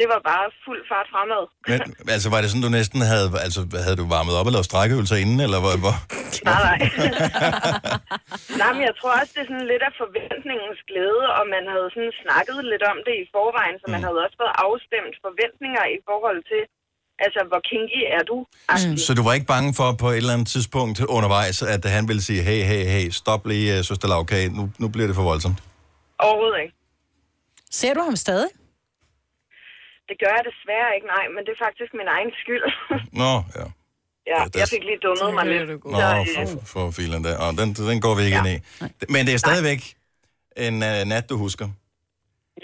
S14: det var bare fuld fart fremad.
S1: Men, altså, var det sådan, du næsten havde, altså, havde du varmet op og lavet strækkeøvelser inden, eller hvor, hvor?
S14: Nej, nej. nej, men jeg tror også, det er sådan lidt af forventningens glæde, og man havde sådan snakket lidt om det i forvejen, så man havde også fået afstemt forventninger i forhold til, altså, hvor kinky er du? Mm.
S1: Så du var ikke bange for på et eller andet tidspunkt undervejs, at han ville sige, hey, hey, hey, stop lige, øh, søster Lavkage, nu, nu bliver det for voldsomt?
S14: Overhovedet ikke.
S3: Ser du ham stadig?
S14: Det gør jeg desværre ikke, nej, men det er faktisk min egen skyld.
S1: Nå, ja.
S14: ja, jeg fik lige dummet mig lidt.
S1: Nå, for, for filen der. Og den, den går vi ikke ja. ind i. Men det er stadigvæk en uh, nat, du husker.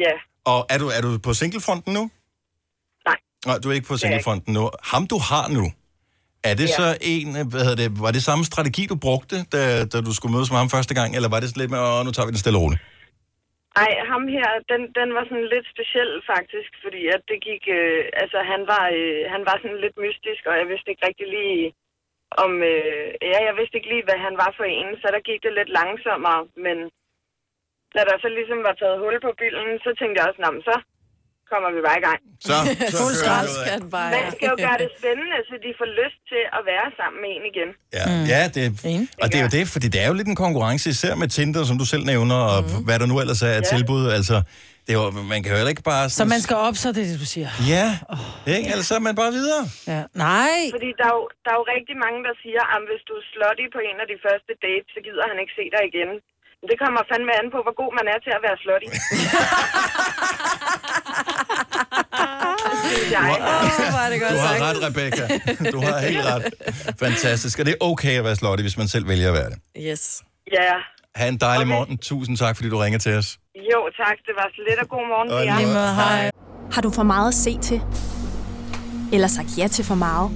S14: Ja,
S1: Og er du, er du på singlefronten nu?
S14: Nej.
S1: Nej, du er ikke på
S14: Det er jeg ikke.
S1: singlefronten nu. Ham, du har nu, er det
S14: Ja.
S1: ja. så en, øh, hvad hedder det, var det samme strategi, du brugte, da, da du skulle mødes med ham første gang, eller var det sådan lidt med, åh, nu tager vi den stille og roligt?
S14: Ej, ham her, den, den var sådan lidt speciel faktisk, fordi at det gik, øh, altså han var, øh, han var sådan lidt mystisk, og jeg vidste ikke rigtig lige om, øh, ja, jeg vidste ikke lige, hvad han var for en, så der gik det lidt langsommere, men da der så ligesom var taget hul på bilen, så tænkte jeg også, "Nå, men så kommer vi bare i gang.
S1: Så, så
S2: Fuld skrald skal den bare.
S14: Man skal jo gøre det spændende, så de får lyst til at være sammen med en igen.
S1: Ja, mm. ja det, og det er jo det, fordi det er jo lidt en konkurrence, især med Tinder, som du selv nævner, og mm. hvad der nu ellers er af
S3: Ja.
S1: tilbud. Altså, det er jo, man kan jo heller ikke bare...
S3: Så
S1: Sådan,
S3: man skal op, så er det det, du siger.
S1: Ja, ikke? Ellers så er man bare videre.
S3: Ja. Nej.
S14: Fordi der er, jo, der er jo rigtig mange, der siger, at hvis du er slutty på en af de første dates, så gider han ikke se dig igen. Men det kommer fandme an på, hvor god man er til at være slutty.
S1: Åh,
S2: hvor er det godt
S1: Du
S2: sagt.
S1: har ret, Rebecca. Du har helt ret. Fantastisk. Og det er okay at være slottig, hvis man selv vælger at være det.
S2: Yes.
S14: Ja,
S1: Ha' en dejlig okay. morgen. Tusind tak, fordi du ringer til os.
S14: jo tak. Det var så lidt, og god morgen til jer.
S8: hej. Har du for meget at se til? Eller sagt ja til for meget?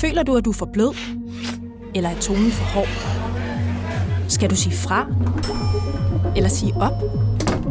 S8: Føler du, at du er for blød? Eller er tonen for hård? Skal du sige fra? Eller sige op?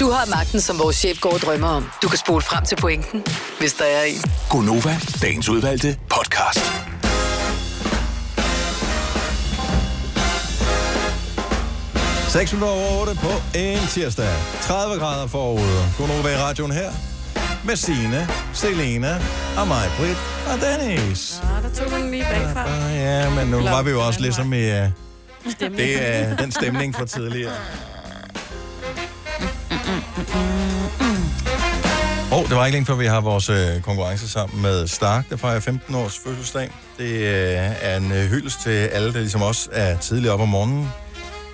S18: Du har magten, som vores chef går og drømmer om. Du kan spole frem til pointen, hvis der er en.
S6: Gonova, dagens udvalgte podcast.
S1: Seks minutter over 8 på en tirsdag. 30 grader forude. Godnova i radioen her. Med Signe, Selena og mig, Britt og Dennis.
S2: Nå, der tog hun lige bagfra.
S1: Ja, men nu var vi jo også ligesom i uh,
S2: Stemning.
S1: det, uh, den stemning fra tidligere. Og oh, det var ikke længe før, vi har vores øh, konkurrence sammen med Stark, der fejrer 15 års fødselsdag. Det øh, er en øh, hyldest til alle, der ligesom os er tidligt op om morgenen.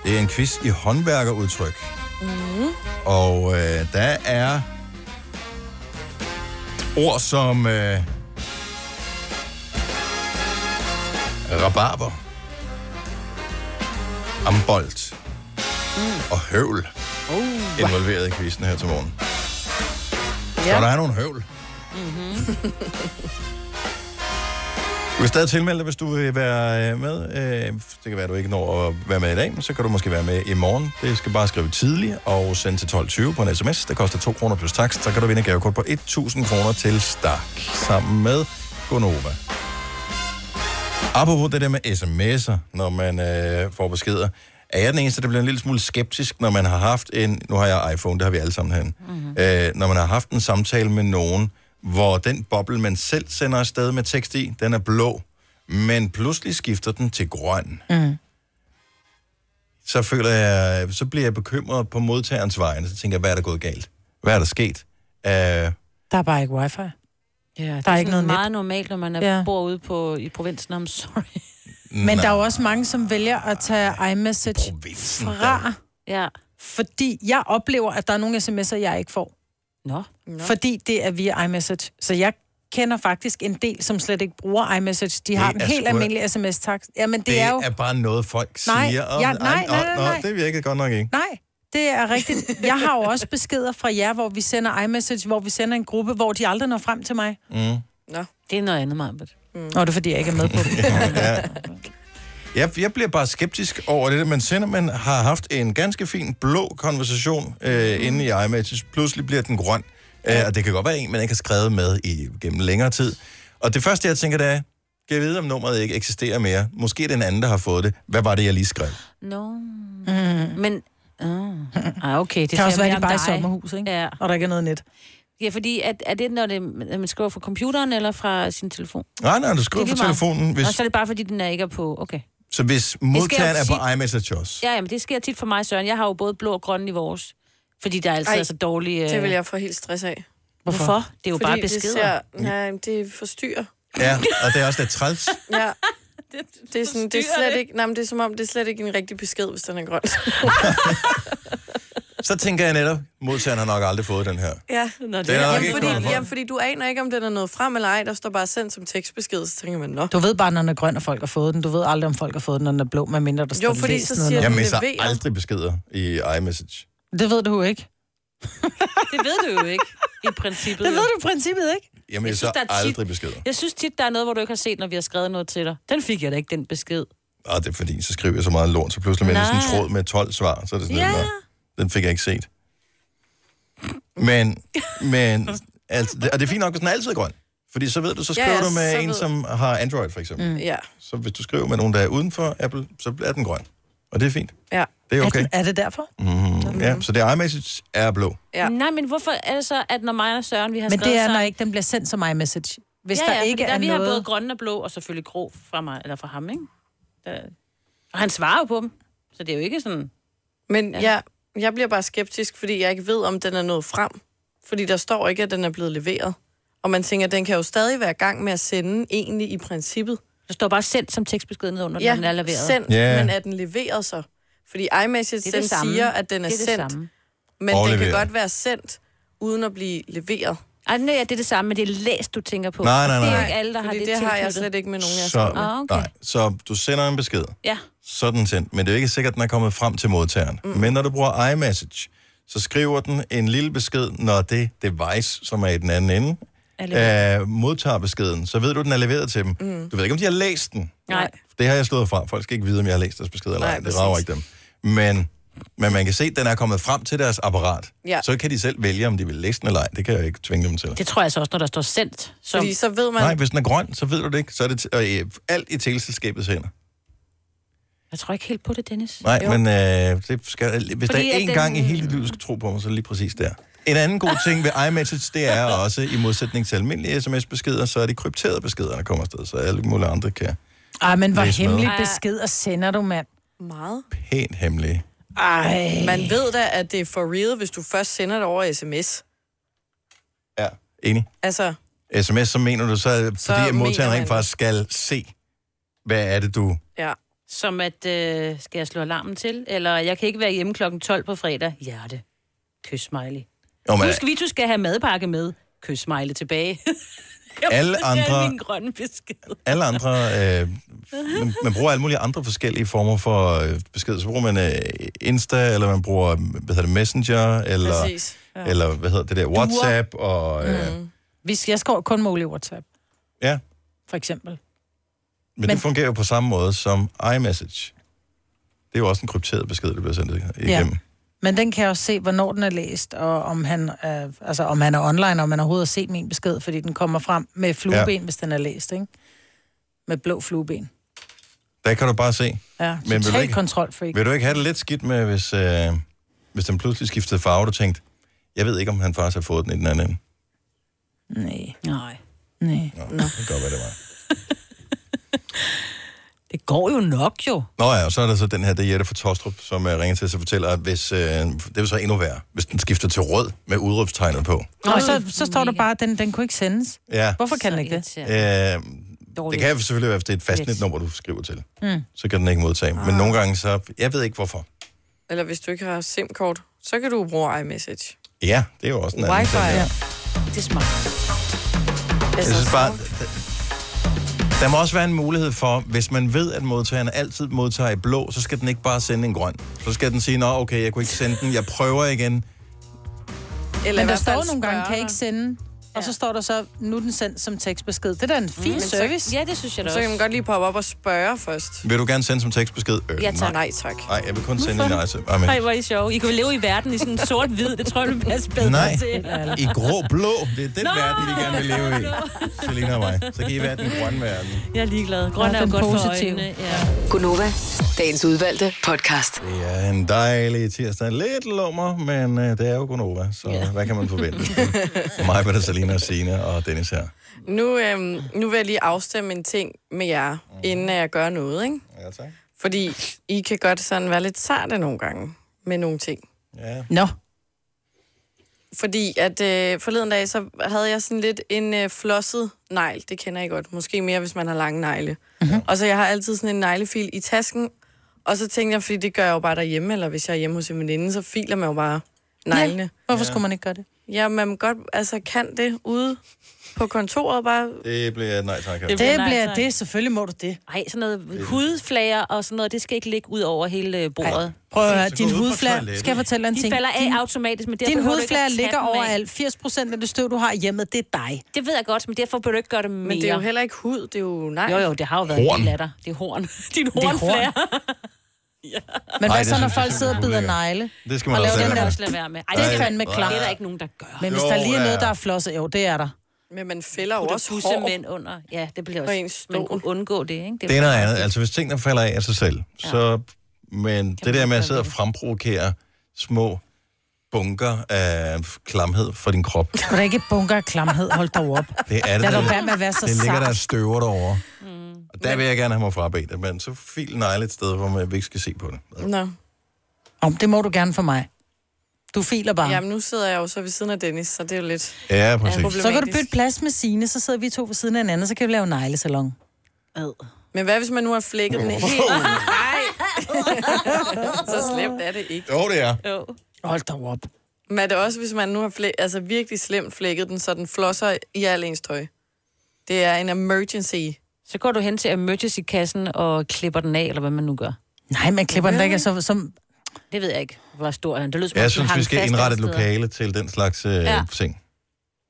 S1: Det er en quiz i håndværkerudtryk.
S2: Mhm.
S19: Mm.
S1: Og øh, der er ord som øh, rabarber, ambolt og høvl
S19: Oh.
S1: involveret i quizzen her til morgen.
S19: Ja.
S1: Så der er nogle høvl. Du kan stadig tilmelde dig, hvis du vil være øh, med. Øh, Det kan være, at du ikke når at være med i dag, men så kan du måske være med i morgen. Det skal bare skrive tidligt og sende til 12.20 på en sms. Det koster 2 kroner plus takst. Så kan du vinde et gavekort på 1.000 kroner til Stark sammen med Gonova. Apropos det der med sms'er, når man øh, får beskeder. Er jeg den eneste, der bliver en lille smule skeptisk, når man har haft en... Nu har jeg iPhone, det har vi alle sammen herinde. Mm-hmm. Øh, når man har haft en samtale med nogen, hvor den boble, man selv sender afsted med tekst i, den er blå, men pludselig skifter den til grøn.
S3: Mm.
S1: Så føler jeg, så bliver jeg bekymret på modtagerens vegne. Så tænker jeg, hvad er der gået galt? Hvad er der sket? Øh,
S3: Der er bare ikke wifi.
S4: Ja, det
S3: der er ikke noget net.
S4: meget normalt, når man er,
S3: Ja.
S4: ja. bor ude på, i provinsen. I'm sorry.
S3: Men der er jo også mange, som vælger at tage iMessage fra,
S4: ja.
S3: fordi jeg oplever, at der er nogle sms'er, jeg ikke får.
S4: Nå.
S3: Fordi det er via iMessage. Så jeg kender faktisk en del, som slet ikke bruger iMessage. De har
S1: Det
S3: en
S1: er
S3: helt
S1: sgu-
S3: almindelig sms-takst. Jamen, det, det er jo...
S1: er bare noget, folk
S3: Nej,
S1: siger. og-
S3: ja, nej,
S1: ej,
S3: nej,
S1: og-
S3: nej,
S1: nå,
S3: nej.
S1: Det virkede godt nok ikke.
S3: Nej, det er rigtigt. Jeg har jo også beskeder fra jer, hvor vi sender iMessage, hvor vi sender en gruppe, hvor de aldrig når frem til mig.
S1: Mm.
S3: Nå.
S4: Det er noget andet, Marbet.
S3: Mm. Nå, det er fordi, jeg ikke er med på det.
S1: ja. Jeg, jeg bliver bare skeptisk over det, der. man sender. Man har haft en ganske fin blå konversation øh, inde i iMessage. Pludselig bliver den grøn. Øh, og det kan godt være en, man ikke har skrevet med i, gennem længere tid. Og det første, jeg tænker, det er, kan jeg vide, om nummeret ikke eksisterer mere? Måske den anden, der har fået det. Hvad var det, jeg lige skrev?
S4: No. Mm. Men... Oh. Ah, okay. Det
S3: kan også
S4: siger
S3: være,
S4: mere
S3: at de
S4: om
S3: bare er i
S4: dig.
S3: sommerhus, ikke?
S4: Ja.
S3: Og der ikke er noget net.
S4: Ja, fordi at, er det, når det, at man skriver fra computeren eller fra sin telefon?
S1: Nej, nej, du skriver
S4: Det er
S1: på
S4: lige meget.
S1: telefonen. Hvis,
S4: Og så er det bare, fordi den er ikke er på... Okay.
S1: så hvis modtageren er på iMessage også.
S4: Ja, jamen, det sker tit for mig, Søren. Jeg har jo både blå og grønne i vores. Fordi der er altid
S2: Ej,
S4: er så dårlige... øh,
S2: det vil jeg få helt stress af.
S4: Hvorfor? Hvorfor? Det er jo
S2: Fordi
S4: bare
S2: Det
S4: beskeder.
S2: ser, nej, men det forstyrrer.
S1: Ja, og det er også lidt træls.
S2: Ja. Det, det, er sådan, det er
S4: forstyrrer
S2: slet
S4: det.
S2: ikke, nej, men det er som om, det er slet ikke en rigtig besked, hvis den er grøn.
S1: Så tænker jeg netop, modtageren har nok aldrig fået den her.
S2: ja,
S4: Nå,
S1: det er nok
S2: jamen,
S1: ikke
S2: fordi,
S1: grøn.
S2: jamen, fordi du aner ikke, om den er noget frem eller ej. Der står bare sendt som tekstbesked, så tænker man, nå.
S3: Du ved bare, når den er grøn, og folk har fået den. Du ved aldrig, om folk har fået den, når den er blå, medmindre der står
S2: Jo, fordi
S3: læs
S2: så
S3: nedenunder.
S2: siger
S1: Jeg misser aldrig beskeder i iMessage.
S3: Det ved du jo ikke.
S4: Det ved du jo ikke, i princippet.
S3: Det ved
S4: jo.
S3: du i princippet ikke.
S1: Jeg misser
S4: synes, der er tit-
S1: aldrig beskeder.
S4: Jeg synes tit, der er noget, hvor du ikke har set, når vi har skrevet noget til dig. Den fik jeg da ikke, den besked.
S1: Og det er fordi, så skriver jeg så meget lort, så pludselig vender sådan en
S4: Nej.
S1: tråd med 12 svar, så er det sådan
S4: Ja.
S1: yeah. den fik jeg ikke set. Men, men, altså, det- og det er fint nok, hvis den er altid er grøn. Fordi så ved du, så
S2: Ja,
S1: skriver
S2: ja,
S1: du med
S2: så
S1: en,
S2: ved-
S1: som har Android for eksempel.
S2: Mm. Ja.
S1: Så hvis du skriver med nogen, der er uden for Apple, så er den grøn. Og det er fint.
S2: Ja.
S1: Det er okay.
S3: Er, den- er det derfor?
S1: Mm, ja, så det er iMessage er blå.
S4: Ja. Nej, men hvorfor er det så, at når mig og Søren, vi har
S3: Men
S4: skrevet
S3: det er,
S4: sammen...
S3: når ikke den bliver sendt som iMessage. Hvis
S4: ja,
S3: der
S4: ja, fordi
S3: ikke
S4: der,
S3: er
S4: vi har både
S3: noget...
S4: grønne og blå, og selvfølgelig grå fra mig, eller fra ham, ikke? Der... Og han svarer jo på dem, så det er jo ikke sådan...
S2: Men ja. jeg, jeg bliver bare skeptisk, fordi jeg ikke ved, om den er nået frem. Fordi der står ikke, at den er blevet leveret. Og man tænker, at den kan jo stadig være i gang med at sende, egentlig i princippet.
S4: Der står bare sendt som tekstbesked nedenunder,
S2: ja,
S4: når den er leveret.
S2: sendt,
S4: Ja.
S2: men er den leveret så? Fordi
S4: Det er
S2: iMessage,
S4: det
S2: den
S4: samme.
S2: siger, at den er,
S4: Det er det
S2: sendt.
S4: samme.
S2: Men
S4: Og
S2: den kan
S4: leveret.
S2: godt være sendt, uden at blive leveret.
S4: Ej, nej, det er det samme, men det er læst, du tænker på.
S1: Nej, nej,
S4: Det er jo
S1: nej.
S4: ikke alle, der har
S2: Fordi
S4: det
S2: det har jeg
S4: tilknyttet.
S2: slet ikke med nogen,
S1: Så,
S4: Ah, okay.
S1: nej, så du sender en besked.
S4: Ja.
S1: Så er den sendt, men det er jo ikke sikkert, at den er kommet frem til modtageren. Mm. Men når du bruger iMessage, så skriver den en lille besked, når det device, som er i den anden ende,
S4: Er
S1: øh, modtager beskeden. Så ved du, at den er leveret til dem. Mm. Du ved ikke, om de har læst den.
S4: Nej.
S1: Det har jeg slået fra. Folk skal ikke vide, om jeg har læst deres besked eller
S4: Nej,
S1: ej. Det
S4: præcis.
S1: rager ikke dem. Men, men man kan se, at den er kommet frem til deres apparat.
S4: Ja.
S1: Så kan de selv vælge, om de vil læse den eller ej. Det kan jeg jo ikke tvinge dem til.
S4: Det tror jeg så også, når der står sendt. Som...
S2: Fordi så ved
S1: Nej, hvis den er grøn, så ved du det ikke. Så er det t- og, øh, alt i teleselskabets hænder.
S4: Jeg tror ikke helt på det, Dennis.
S1: Nej, jo. men øh, det skal, hvis
S4: Fordi
S1: der er
S4: at
S1: én
S4: den-
S1: gang i hele dit liv, du skal tro på mig, så er det lige præcis der. En anden god ting ved iMessage, det er også, i modsætning til almindelige sms-beskeder, så er det krypterede beskeder, der kommer afsted, så alle mulige andre kan
S3: Ej, men hvor
S1: Læs med.
S3: hemmelig
S1: Ej.
S3: beskeder sender du, mand.
S2: Meget.
S1: pænt hemmelige.
S3: Ej.
S2: Man ved da, at det er for real, hvis du først sender det over sms.
S1: Ja. Enig?
S2: Altså,
S1: Sms, så mener du så, så fordi
S2: mener
S1: at modtageren
S2: man-
S1: rent faktisk skal se, hvad er det, du
S2: ja.
S4: Som at, øh, skal jeg slå alarmen til? Eller jeg kan ikke være hjemme klokken 12 på fredag. Hjerte. Kys smiley.
S1: Jo, men-
S4: Husk, vi du skal have madpakke med. Kys smiley tilbage. Jeg
S1: Alle
S4: husker alle
S1: andre-
S4: mine grønne beskeder.
S1: Alle andre, øh, man, man bruger alle mulige andre forskellige former for øh, besked. Så bruger man øh, Insta, eller man bruger, hvad hedder det, Messenger, eller,
S3: Præcis, ja.
S1: eller hvad hedder det der, WhatsApp, og... Øh, mm.
S3: Hvis jeg skår kun mål i WhatsApp,
S1: Ja,
S3: for eksempel.
S1: men, men det fungerer jo på samme måde som iMessage. Det er jo også en krypteret besked, der bliver sendt igennem.
S3: Men den kan jeg også se, hvornår den er læst, og om han, øh, altså, om han er online, og om han overhovedet har set min besked, fordi den kommer frem med flueben, ja. hvis den er læst, ikke? Med blå flueben.
S1: Ja. Der kan du bare se.
S3: Ja,
S1: Men vil du
S3: total
S1: ikke-
S3: kontrolfreak.
S1: Vil du ikke have det lidt skidt med, hvis, øh, hvis den pludselig skiftede farve, du tænkte, jeg ved ikke, om han faktisk har fået den i den anden ende.
S3: Nej.
S4: Nej.
S3: Nej.
S1: Nå, det kan godt være, det var.
S4: Det går jo nok, jo.
S1: Nå ja, og så er der så den her, det er Jette fra Tostrup, som øh, ringer til os og fortæller, at hvis, øh, det er jo så endnu værre, hvis den skifter til rød med udråbstegnet på.
S3: Og så, så står der bare, at den, den kunne ikke sendes.
S1: Ja.
S3: Hvorfor kan den ikke det?
S1: Øh, det kan selvfølgelig være, hvis det er et fastnetnummer, du skriver til.
S3: Mm.
S1: Så kan den ikke modtage. Men nogle gange så, jeg ved ikke hvorfor.
S2: Eller hvis du ikke har SIM-kort, så kan du bruge iMessage.
S1: Ja, det er jo også en anden
S2: Wi-Fi.
S1: ting.
S2: Ja.
S4: Det er smart.
S2: Altså,
S1: Jeg synes bare, der må også være en mulighed for, hvis man ved, at modtageren altid modtager i blå, så skal den ikke bare sende en grøn. Så skal den sige, nå okay, jeg kunne ikke sende den, jeg prøver igen.
S3: Eller
S2: i
S3: Men
S1: Øh.
S3: der
S2: hvert fald
S3: står nogle gange,
S2: spørge
S3: kan ikke sende. Og så står der så, nu er den sendt som tekstbesked. Det er da en fin
S2: Men så-
S3: service.
S4: ja, det synes jeg
S2: Så kan man godt lige poppe op og spørge først.
S1: Vil du gerne sende som tekstbesked? Øh,
S2: Nej, tak.
S1: Nej, jeg vil kun sende en
S4: Hvorfor?
S1: nice. Amen.
S4: Ej, hvor er I sjove. I kan jo leve i verden i sådan en sort-hvid. Det tror jeg, du passer bedre
S1: Nej,
S4: til.
S1: i grå-blå. Det er den
S4: Nå!
S1: verden, vi gerne vil leve i. Selina og mig. Så kan I være den grønne verden.
S4: Jeg er ligeglad. Grøn er jo
S18: Den
S4: godt for
S18: positive.
S4: øjnene. Ja.
S18: Gunova, dagens udvalgte podcast.
S1: Det er en dejlig tirsdag. Lidt lummer, men øh, det er jo Gunova, så hvad kan man forvente? mig, hvad der Selina og Signe og Dennis her.
S2: Nu, øhm, nu vil jeg lige afstemme en ting med jer, mm. inden at jeg gør noget, ikke?
S1: Mhm. Ja, tak.
S2: Fordi I kan godt sådan være lidt sarte nogle gange med nogle ting.
S1: Ja.
S3: Nå. Mhm.
S2: Fordi at øh, forleden dag, så havde jeg sådan lidt en øh, flosset negl. Det kender I godt. Måske mere, hvis man har lange negle. Mm-hmm. Og så jeg har altid sådan en neglefil i tasken. Og så tænkte jeg, fordi det gør jeg jo bare derhjemme, eller hvis jeg er hjemme hos en veninde, så filer man jo bare neglene.
S3: Hvorfor skulle man ikke gøre det?
S2: Ja, man godt, altså kan det ude på kontoret bare
S1: Det bliver et nej tak. altså. her.
S3: Det bliver, det, bliver det, selvfølgelig må du det.
S4: Ej, sådan noget hudflager og sådan noget, det skal ikke ligge ud over hele øh, bordet. Ej,
S3: Prøv at høre, din hudflade, skal jeg fortælle dig en
S4: de
S3: ting?
S4: De falder af
S3: Din-
S4: automatisk, men derfor
S3: Din
S4: behøver du ikke at
S3: hudflade
S4: tage
S3: ligger
S4: dem af.
S3: overalt. 80 procent af det støv, du har hjemme, det er dig.
S4: Det ved jeg godt, men derfor bør du ikke gøre det mere.
S2: Men det er jo heller ikke hud, det er jo nej.
S4: Jo, jo, det har jo været
S3: Horn.
S4: en del af dig. Det er horn. Din
S3: er horn.
S4: hornflager.
S3: Men
S1: Ej,
S3: hvad
S1: det
S3: så, når
S1: synes jeg
S3: folk sidder og bider
S1: ulækkert.
S3: negle?
S1: Det skal man
S3: og
S1: også
S3: laver
S1: lade
S3: den
S1: være
S3: der-
S1: med.
S4: Lad være med. Ej,
S3: Det
S4: det
S3: er fandme
S4: det
S3: klart.
S4: er der ikke nogen, der gør.
S3: Men hvis
S1: Jo,
S3: der lige er
S1: ja.
S3: noget, der er flosset, jo, det er der.
S2: Men man fælder jo
S4: Putter
S2: også hår.
S4: bussemænd under. Ja, det bliver
S2: På ens
S4: også... Man kunne undgå det, ikke?
S1: Det er noget andet. Altså, hvis tingene falder af af sig selv, ja. så... Men det der med at sidde og fremprovokere små bunker af klamhed fra din krop,
S3: Skulle der ikke bunker af klamhed? Hold dig op.
S1: det er det.
S3: Lad
S1: der-
S3: dog være med at være så
S1: Det ligger
S3: sart.
S1: der støver derovre. Mm. Og der vil jeg gerne have mig frabedt, men så fil negle et sted, hvor man ikke skal se på det.
S2: Nå.
S3: Om, det må du gerne for mig. Du filer bare.
S2: Jamen, nu sidder jeg jo så ved siden af Dennis, så det er jo lidt...
S1: Ja, præcis.
S2: problematisk.
S3: Så kan du bytte plads med Signe, så sidder vi to ved siden af hinanden, så kan vi lave neglesalon.
S2: Men hvad hvis man nu har flækket den helt? Nej! så slemt er det ikke.
S1: Jo, det er.
S4: Jo.
S3: Hold da op.
S2: Men er det også, hvis man nu har flæ- altså virkelig slemt flækket den, så den flosser i al ens tøj? Det er en emergency.
S4: Så går du hen til emergency-kassen og klipper den af, eller hvad man nu gør.
S3: Nej, man klipper den da ikke, så... Som...
S4: Det ved jeg ikke, hvor stor han. Det lyder, som om,
S1: Jeg
S4: den
S1: synes,
S4: hang
S1: vi skal
S4: fast
S1: indrette et
S4: alle steder.
S1: lokale til den slags øh,
S4: Ja.
S1: ja. ting.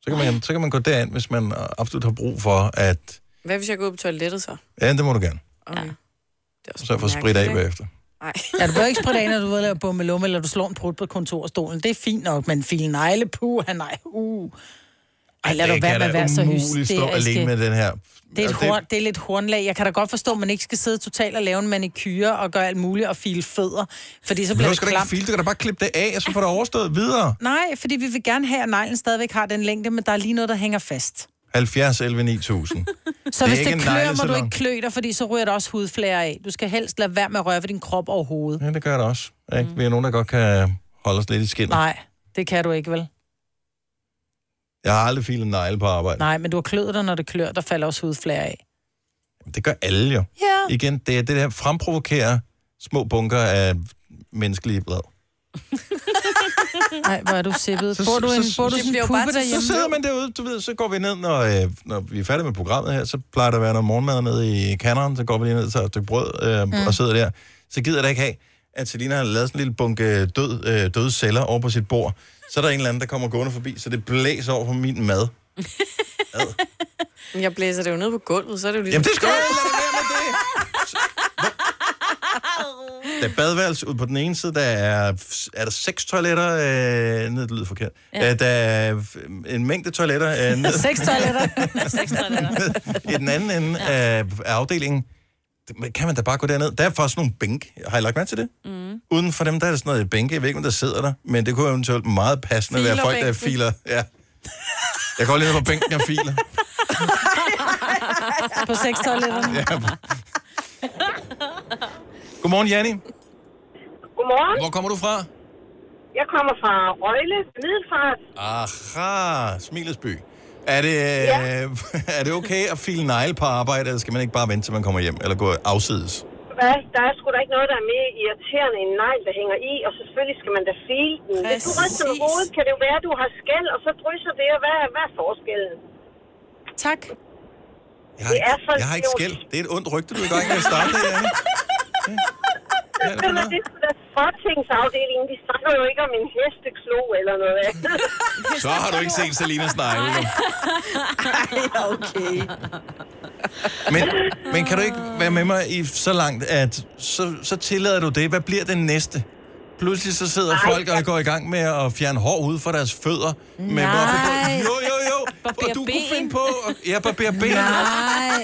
S1: Så kan, man, så kan man gå derind, hvis man absolut har brug for, at...
S2: Hvad hvis jeg går ud på toilettet så?
S1: Ja, det må du gerne.
S2: Okay. Ja.
S1: Så får sprit af bagefter.
S2: Nej.
S3: Ja, du behøver ikke spritte af, når du er ude og lave bummelum, eller du slår en prut på kontorstolen. Det er fint nok, men file negle, puh, han nej, uh. Ej, lad du
S1: Det
S3: være med
S1: kan da
S3: at være så
S1: umuligt stå alene
S3: hysterisk.
S1: med den her.
S3: Det er, et
S1: Altså,
S3: horn, det er lidt hornlag. Jeg kan da godt forstå, at man ikke skal sidde totalt og lave en manikyre og gøre alt muligt og file fødder, fordi så
S1: Men
S3: bliver
S1: nu
S3: det
S1: skal du ikke
S3: klamt.
S1: file, du kan da bare klippe det af, og så får du overstået videre.
S3: Nej, fordi vi vil gerne have, at neglen stadigvæk har den længde, men der er lige noget, der hænger fast.
S1: 70, 11, 9000.
S3: Så det hvis det
S1: en
S3: klør, må du
S1: neglesalon.
S3: ikke klø dig, fordi så ryger der også hudflære af. Du skal helst lade være med at røre ved din krop overhovedet.
S1: Ja, det gør det også. Ikke? Vi er nogen, der godt kan holde os lidt i skinnet.
S3: Nej, det kan du ikke, vel?
S1: Jeg har aldrig filet en negle på arbejde.
S3: Nej, men du har kløet dig, når det klør, der falder også hudflære af.
S1: Det gør alle jo.
S3: Ja.
S1: Igen, det er det der fremprovokere små bunker af menneskelige blad.
S3: Nej, hvor er du sippet.
S1: Så-
S3: Bor du,
S1: så-
S3: en,
S1: så-
S3: bor du
S1: det
S3: sådan
S1: bliver
S3: en
S1: jo
S3: puppe
S1: bare til-
S3: derhjemme?
S1: Så sidder man derude, du ved, så går vi ned, når, øh, når vi er færdige med programmet her, så plejer der at være noget morgenmad nede i kanneren, så går vi lige ned og tager et stykke brød øh, mm.
S20: Mm.
S1: og sidder der. Så gider jeg da ikke have, at Selina har lavet sådan en lille bunke død, øh, døde celler over på sit bord. Så er der en eller anden, der kommer gående forbi, så det blæser over på min mad.
S2: Men Jeg blæser det jo ned på gulvet, så er det jo ligesom- lige...
S1: Jamen, det skal du ikke lade være med det! Der er badeværelse ude på den ene side, der er, er der seks toiletter, øh, ned, det lyder forkert,
S3: Ja.
S1: ja. der er en mængde toiletter øh, ned,
S3: Seks toiletter.
S1: i den anden ende ja. af, af afdelingen. Det- men Kan man da bare gå derned? Der er faktisk nogle bænke. Har I lagt mærke til det? Mm. Uden for dem, der er sådan noget bænke. Jeg ved ikke, om der sidder der, men det kunne eventuelt meget passende være folk, der
S19: Filerbænken.
S1: filer. Ja. Jeg går lige ned på bænken og filer.
S3: På seks toiletterne.
S1: Ja. Godmorgen, Janni.
S21: Godmorgen.
S1: Hvor kommer du fra?
S21: Jeg kommer fra Røgle, Middelfart.
S1: Aha, Smilesby. Er det, ja. er det okay at file negle på arbejde, eller skal man ikke bare vente, til man kommer hjem, eller gå afsides?
S21: Hvad? Der er sgu da ikke noget, der er mere irriterende end negl, der hænger i, og selvfølgelig skal man da file den. Hvis du ryster med
S3: Præcis.
S21: hovedet, kan det jo være, at du har skæld, og så drysser det, og hvad, hvad er forskellen?
S3: Tak.
S1: Jeg har,
S21: Det er for
S1: ikke, jeg har ikke
S21: sjovt.
S1: skæld. Det er et ondt rygte, du er i gang med at starte her.
S21: Men det er sgu da fortingsafdelingen, de snakker jo ikke om en hesteklo eller noget andet.
S1: Så har du ikke set Selinas negle. jo.
S21: Ej, okay.
S1: Men, men kan du ikke være med mig i så langt, at så, så tillader du det? Hvad bliver den næste? Pludselig så sidder
S21: Ej,
S1: folk og går i gang med at fjerne hår ud fra deres fødder. Men
S19: Nej.
S1: jo, jo, jo. Og du kunne finde på... at- Ja, barber ben.
S19: Nej.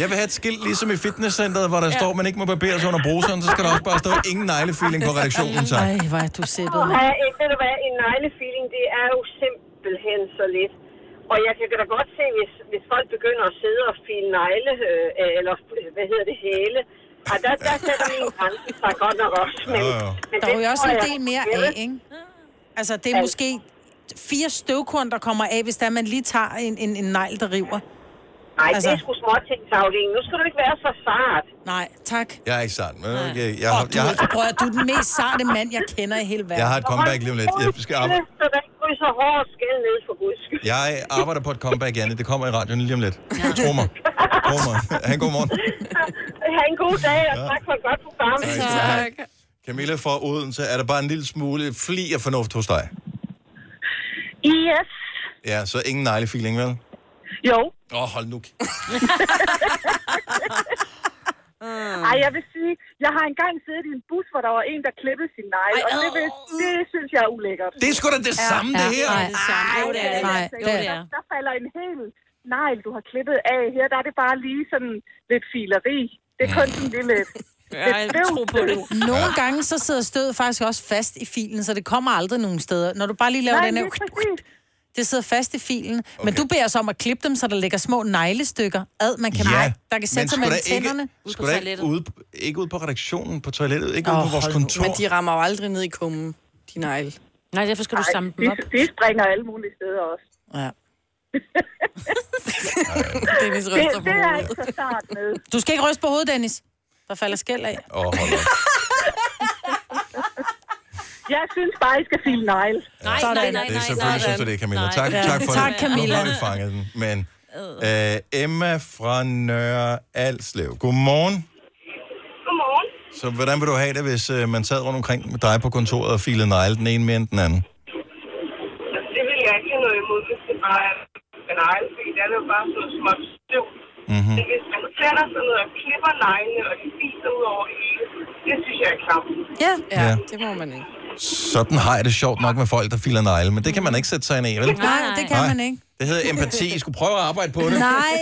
S1: Jeg vil have et skilt, ligesom i fitnesscenteret, hvor der ja. står, man ikke må barbere sig under bruseren, så skal der også bare stå, ingen neglefeeling på redaktionen, tak.
S3: Ej, hvor er du sippet.
S21: Og have, en- ved du hvad, en neglefeeling, det er jo simpelthen så lidt. Og jeg kan da godt se, hvis, hvis folk begynder at sidde og file negle, øh, eller øh, hvad hedder det, hæle. Og der, der sætter min grænse sig godt nok også. Men,
S3: Jo, jo.
S21: men
S3: Der
S21: det
S3: er jo også
S21: tror
S3: en
S21: jeg-
S3: del mere af, ikke? Altså, det er måske fire støvkorn, der kommer af, hvis der man lige tager en, en, en negl, der river.
S21: Nej, altså...
S3: Altså.
S21: det er sgu småtingsafdelingen. Nu skal du ikke være så sart.
S3: Nej, tak.
S1: Jeg er ikke sart, men okay. Jeg,
S3: Åh,
S1: har,
S3: du,
S1: jeg,
S3: er-
S1: har,
S3: prøv at, du er den mest sarte mand, jeg kender i hele verden.
S1: Jeg har et comeback lige om lidt. Jeg skal arbejde.
S21: Så der ikke krydser hår og skæld ned for guds skyld.
S1: jeg arbejder på et comeback, Janne. Det kommer i radioen lige om lidt. Tro mig. Tro mig. Han god morgen.
S21: ha' en god dag, og tak for et godt program.
S1: Tak. Camilla fra Odense, er der bare en lille smule fli af fornuft hos dig?
S22: Yes.
S1: Ja, så ingen neglefeeling, vel?
S22: Jo.
S1: Åh, oh, hold nu. Ah.
S22: Ej, jeg vil sige, jeg har engang siddet i en bus, hvor der var en, der klippede sin negle, og det, vil, det synes jeg er ulækkert.
S1: Det er sgu da det samme, det her.
S22: Nej,
S1: Nej, det er samme. Jo, det er det.
S22: nej,
S1: Nej,
S22: altså,
S1: det er det.
S22: Der, der falder en hel negl, du har klippet af. Her der er det bare lige sådan lidt fileri. Det er kun sådan en lille... lidt støv, støv.
S3: Nogle gange så sidder stødet faktisk også fast i filen, så det kommer aldrig nogen steder. Når du bare lige laver
S22: Nej,
S3: den her...
S22: lige
S3: Det sidder fast i filen. Okay. Men du beder os om at klippe dem, så der ligger små neglestykker ad, man kan,
S1: Ja,
S3: der kan
S1: men
S3: sætte sig
S1: skulle
S3: mellem
S1: der ikke-
S3: tænderne.
S1: Skulle da ikke ude, ikke ude på redaktionen, på toilettet, ikke oh, ude på vores kontor.
S2: Men de rammer jo aldrig ned i kummen, de negle. Nej, derfor skal
S22: Nej, de, de springer alle mulige steder også.
S3: Ja.
S2: Dennis
S22: Det,
S2: ryster på
S22: det er
S2: hovedet.
S22: ikke så start med.
S3: Du skal ikke ryste på hovedet, Dennis. Der falder skæld af.
S1: Åh, oh, hold op.
S22: Jeg synes bare, I skal file negle.
S1: Nej, Det er selvfølgelig, synes du det, Camilla. Tak,
S22: Nej.
S1: tak for
S22: Tak,
S1: det.
S22: Camilla.
S1: Nu har vi fanget den. Men øh, Emma fra Nørre Alslev. Godmorgen.
S23: Godmorgen.
S1: Så hvordan vil du have det, hvis øh, man sad rundt omkring med dig på kontoret og filede negle den ene mere end den anden?
S23: Altså, Det vil jeg ikke have noget imod, hvis det bare er en egen, fordi det er jo bare sådan noget småt støv.
S1: Mm-hmm.
S23: Men hvis man sætter sig ned og klipper neglene, og de fiser ud over det hele, det synes jeg er klamt.
S3: Ja.
S1: Ja.
S23: det må man ikke.
S1: Sådan har jeg det sjovt nok med folk, der filer negle, men det kan man ikke sætte sig ind i, vel?
S3: Nej, det kan man ikke.
S1: Det hedder empati. I skulle prøve at arbejde på det.
S3: Nej.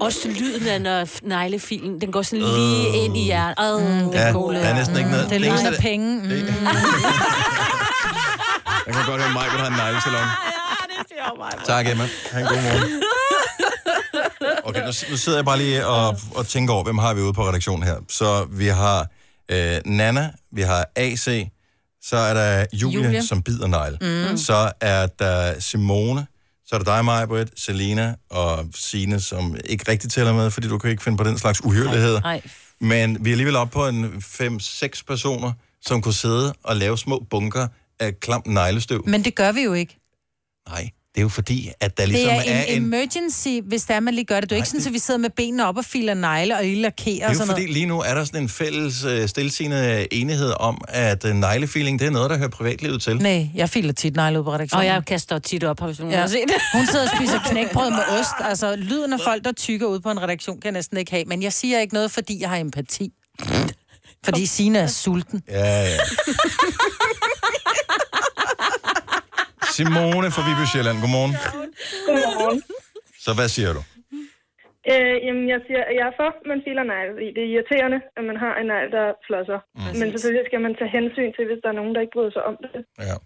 S4: Også lyden af, når neglefilen, den går sådan lige ind i hjernen. Åh, den
S1: Mm, Ja,
S4: gode
S1: der er næsten ikke noget.
S4: Den
S1: det
S4: lyden
S1: eneste-
S4: af penge.
S3: Mm. Det,
S1: Jeg kan godt høre, at Michael har en neglesalon. Tak, Emma. Ha' en god morgen. Okay, nu, nu sidder jeg bare lige og, og tænker over, hvem har vi ude på redaktionen her. Så vi har øh, Nana, vi har AC, så er der Julie,
S20: Julie.
S1: Julie. som bider negl.
S20: Mm.
S1: Mm. Så er der Simone, Så er det dig, Maja, Britt, Selina og Sine, som ikke rigtig tæller med, fordi du kan ikke finde på den slags uhyrligheder.
S4: Nej.
S1: Men vi er alligevel oppe på en 5-6 personer, som kunne sidde og lave små bunker af klam neglestøv.
S3: Men det gør vi jo ikke.
S1: Nej, det er jo fordi, at der
S3: Det,
S1: ligesom
S3: det er,
S1: er
S3: en,
S1: en...
S3: emergency, hvis det er, man lige gør det. Det er jo ikke sådan, at vi sidder med benene op og filer negle og lige lakerer
S1: Det er
S3: og
S1: jo
S3: sådan
S1: fordi,
S3: noget.
S1: lige nu er der sådan en fælles øh, stilsigende enighed om, at øh, neglefiling, det er noget, der hører privatlivet til.
S3: Nej, jeg filer tit negle ud på redaktionen.
S4: Og jeg kaster tit op, hvis nogen
S3: Ja.
S4: har set det.
S3: Hun sidder og spiser knækbrød med ost. Altså, lyden af folk, der tykker ude på en redaktion, kan jeg næsten ikke have. Men jeg siger ikke noget, fordi jeg har empati. Fordi Sina er sulten.
S1: Ja, ja. Simone fra Viby Sjælland, godmorgen.
S10: Godmorgen.
S1: Så hvad siger du?
S10: Øh, jamen, jeg siger, at jeg er for, at man filer negl, fordi det er irriterende, at man har en negl, der flosser. Mm. Men selvfølgelig skal man tage hensyn til, hvis der er nogen, der ikke bryder sig om det.
S1: Ja.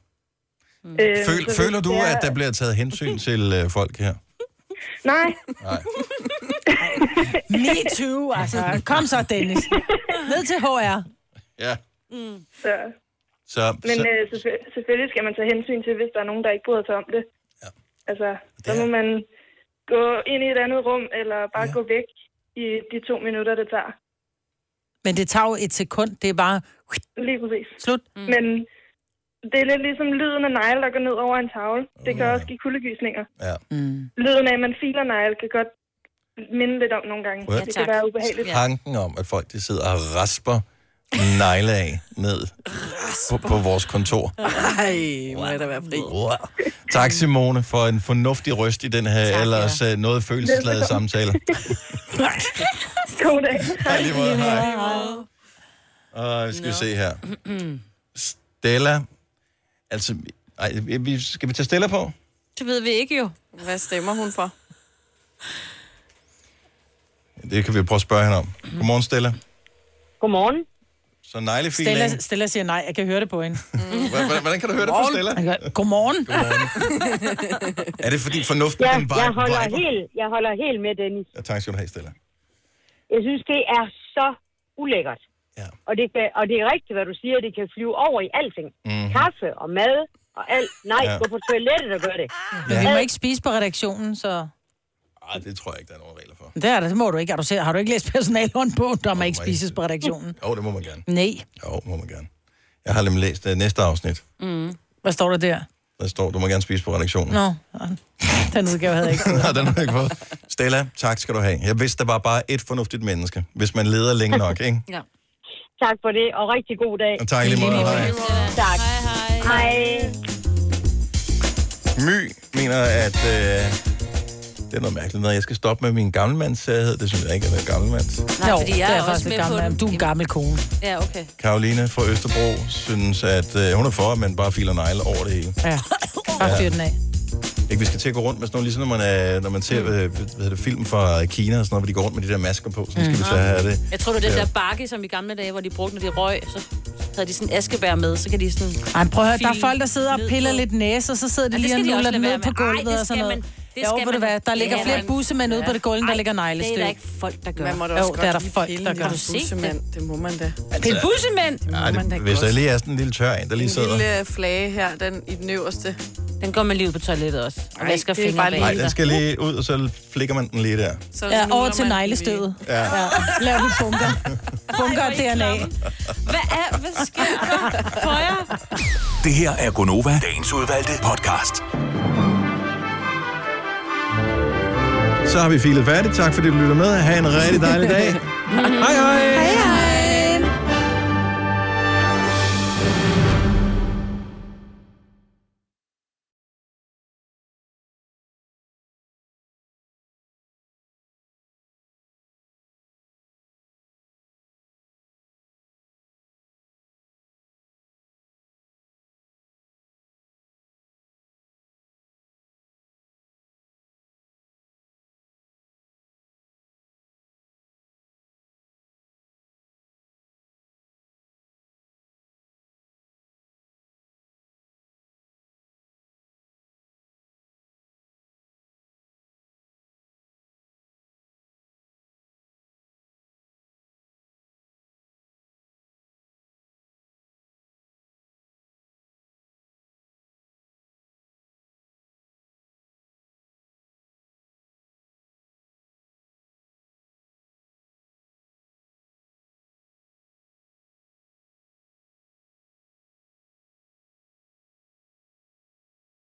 S10: Mm.
S1: Føl, føler du, at der bliver taget hensyn til øh, folk her?
S10: Nej.
S1: Nej.
S3: Me too, altså. Kom så, Dennis. Ned til HR.
S1: Ja.
S10: Mm. Så.
S1: Så,
S10: Men
S1: så
S10: øh, selvfø- selvfølgelig skal man tage hensyn til, hvis der er nogen, der ikke bryder sig om det. Ja. Altså, så må man gå ind i et andet rum, eller bare ja. gå væk i de to minutter, det tager.
S3: Men det tager jo et sekund. Det er bare...
S10: Lige præcis.
S3: Slut.
S10: Mm. Men det er lidt ligesom lyden af negle, der går ned over en tavle. Det kan også give kuldegysninger.
S1: Ja.
S3: Mm.
S10: Lyden af, at man filer negle, kan godt minde lidt om nogle gange. det kan være ubehageligt.
S1: tanken om, at folk de sidder og rasper negle af ned på, på vores kontor.
S2: Ej, må jeg da være fri.
S1: Tak, Simone, for en fornuftig røst i den her tak, ellers ja. noget følelsesladede
S10: Velbekomme.
S1: samtale.
S10: God dag.
S1: Hej, lige måde. Hej. Og vi skal no. se her. Stella. Altså, ej, vi- vi, skal vi tage Stella på?
S2: Det ved vi ikke jo. Hvad stemmer hun for?
S1: Det kan vi prøve at spørge hende om. Godmorgen, Stella.
S21: Godmorgen.
S1: Så neglefil
S3: Stella, Stella siger nej. Jeg kan høre det på hende.
S1: Hvordan hvordan kan du høre det på Stella?
S3: Godmorgen.
S1: Er det fordi fornuften
S21: Ja,
S1: den vej?
S21: jeg holder, helt, jeg holder helt med Dennis.
S1: Ja, tak skal du have, Stella.
S21: Jeg synes, det er så ulækkert. Ja. Og, det kan, og det er rigtigt, hvad du siger, det kan flyve over i alting.
S1: Mhm.
S21: Kaffe og mad og alt. Nej,
S3: Ja.
S21: ja. gå på toilettet og gør det.
S3: Men vi må ikke spise på redaktionen, så...
S1: Ej, Ah, det tror jeg ikke, der er nogen regler for.
S3: Det er det, det må du ikke. Er du ser, har du ikke læst personalhåndbogen, der må ikke spises på redaktionen?
S1: Jo, det må man gerne.
S3: Nej.
S1: Jo, må man gerne. Jeg har nemlig læst uh, næste afsnit.
S3: Mm. Hvad står der der?
S1: Der står, du må gerne spise på redaktionen.
S3: Nå, den udgave havde jeg ikke.
S1: Nej, den har jeg ikke fået. Stella, tak skal du have. Jeg vidste, der var bare et fornuftigt menneske, hvis man leder længe nok, ikke?
S21: Ja. Tak for det, og rigtig god dag.
S1: Og tak i lige måde. Hej.
S21: Tak. Hej, hej. hej.
S1: My mener, at øh, det er noget mærkeligt noget. Jeg skal stoppe med min gammelmandssærhed. Det synes jeg ikke er noget gammelmands.
S3: Nej,
S4: fordi jeg
S3: det
S4: er
S3: jeg
S4: også
S3: faktisk
S4: med
S3: lidt
S4: på
S3: gammel.
S4: den.
S3: Du er en gammel kone.
S4: Ja, okay.
S1: Karoline fra Østerbro synes, at øh, hun er for, at man bare filer negle over det hele.
S3: Ja. Bare fyr den af.
S1: Ikke, vi skal til at gå rundt med sådan nogle, ligesom når man, er, når man
S4: Mm.
S1: ser hvad, hvad hedder det, film fra Kina og sådan noget, hvor de går rundt med de der masker på, så nu skal vi tage af det.
S4: Mm. Jeg tror, det er den
S1: Ja.
S4: der bakke, som i gamle dage, hvor de brugte, når de røg, så havde de sådan en askebær med, så kan de sådan...
S3: Ej, men prøv at høre, der er
S4: file
S3: folk, der sidder og
S4: ned
S3: piller
S4: på.
S3: lidt næse, og så sidder de
S4: Ja, det
S3: lige og
S4: skal de
S3: nuller
S4: også
S3: den
S4: lade
S3: ned
S4: være
S3: på
S4: med.
S3: gulvet
S4: Ej, det
S3: og
S4: skal
S3: sådan noget.
S4: man- det
S3: Jo,
S4: skal
S3: ved du
S4: man-
S3: hvad, der
S4: det
S3: ligger
S4: er
S3: flere
S4: der en-
S3: bussemænd ude på det gulv, der
S4: Ej,
S3: ligger neglestøv.
S4: Det er der ikke folk, der gør.
S2: Man må da
S3: Jo,
S2: også
S3: det
S2: godt
S3: er der
S2: lige
S3: folk,
S2: pille
S3: der
S2: en
S3: gør.
S2: lille
S3: Har du set
S2: bussemand. Det må man da.
S1: Altså,
S4: Det er en bussemand.
S1: Ej, det, hvis der lige er sådan en lille tør en, der lige
S2: En
S1: sidder.
S2: lille flage her, den i den øverste.
S4: Den går man lige ud på toilettet også.
S2: Og
S4: vasker fingre bag.
S1: Nej, den skal lige ud, og så flikker man den lige der.
S2: Så
S3: Ja,
S4: smuler
S3: over
S4: man
S3: til
S4: den
S3: neglestøvet.
S1: lige. Ja.
S3: Lav vi bunker. Bunker og DNA.
S4: Hvad er... Hvad sker der for jer?
S6: Det her er Gonova, dagens udvalgte podcast.
S1: Så har vi filet færdigt. Tak fordi du lytter med. Ha' en rigtig dejlig dag.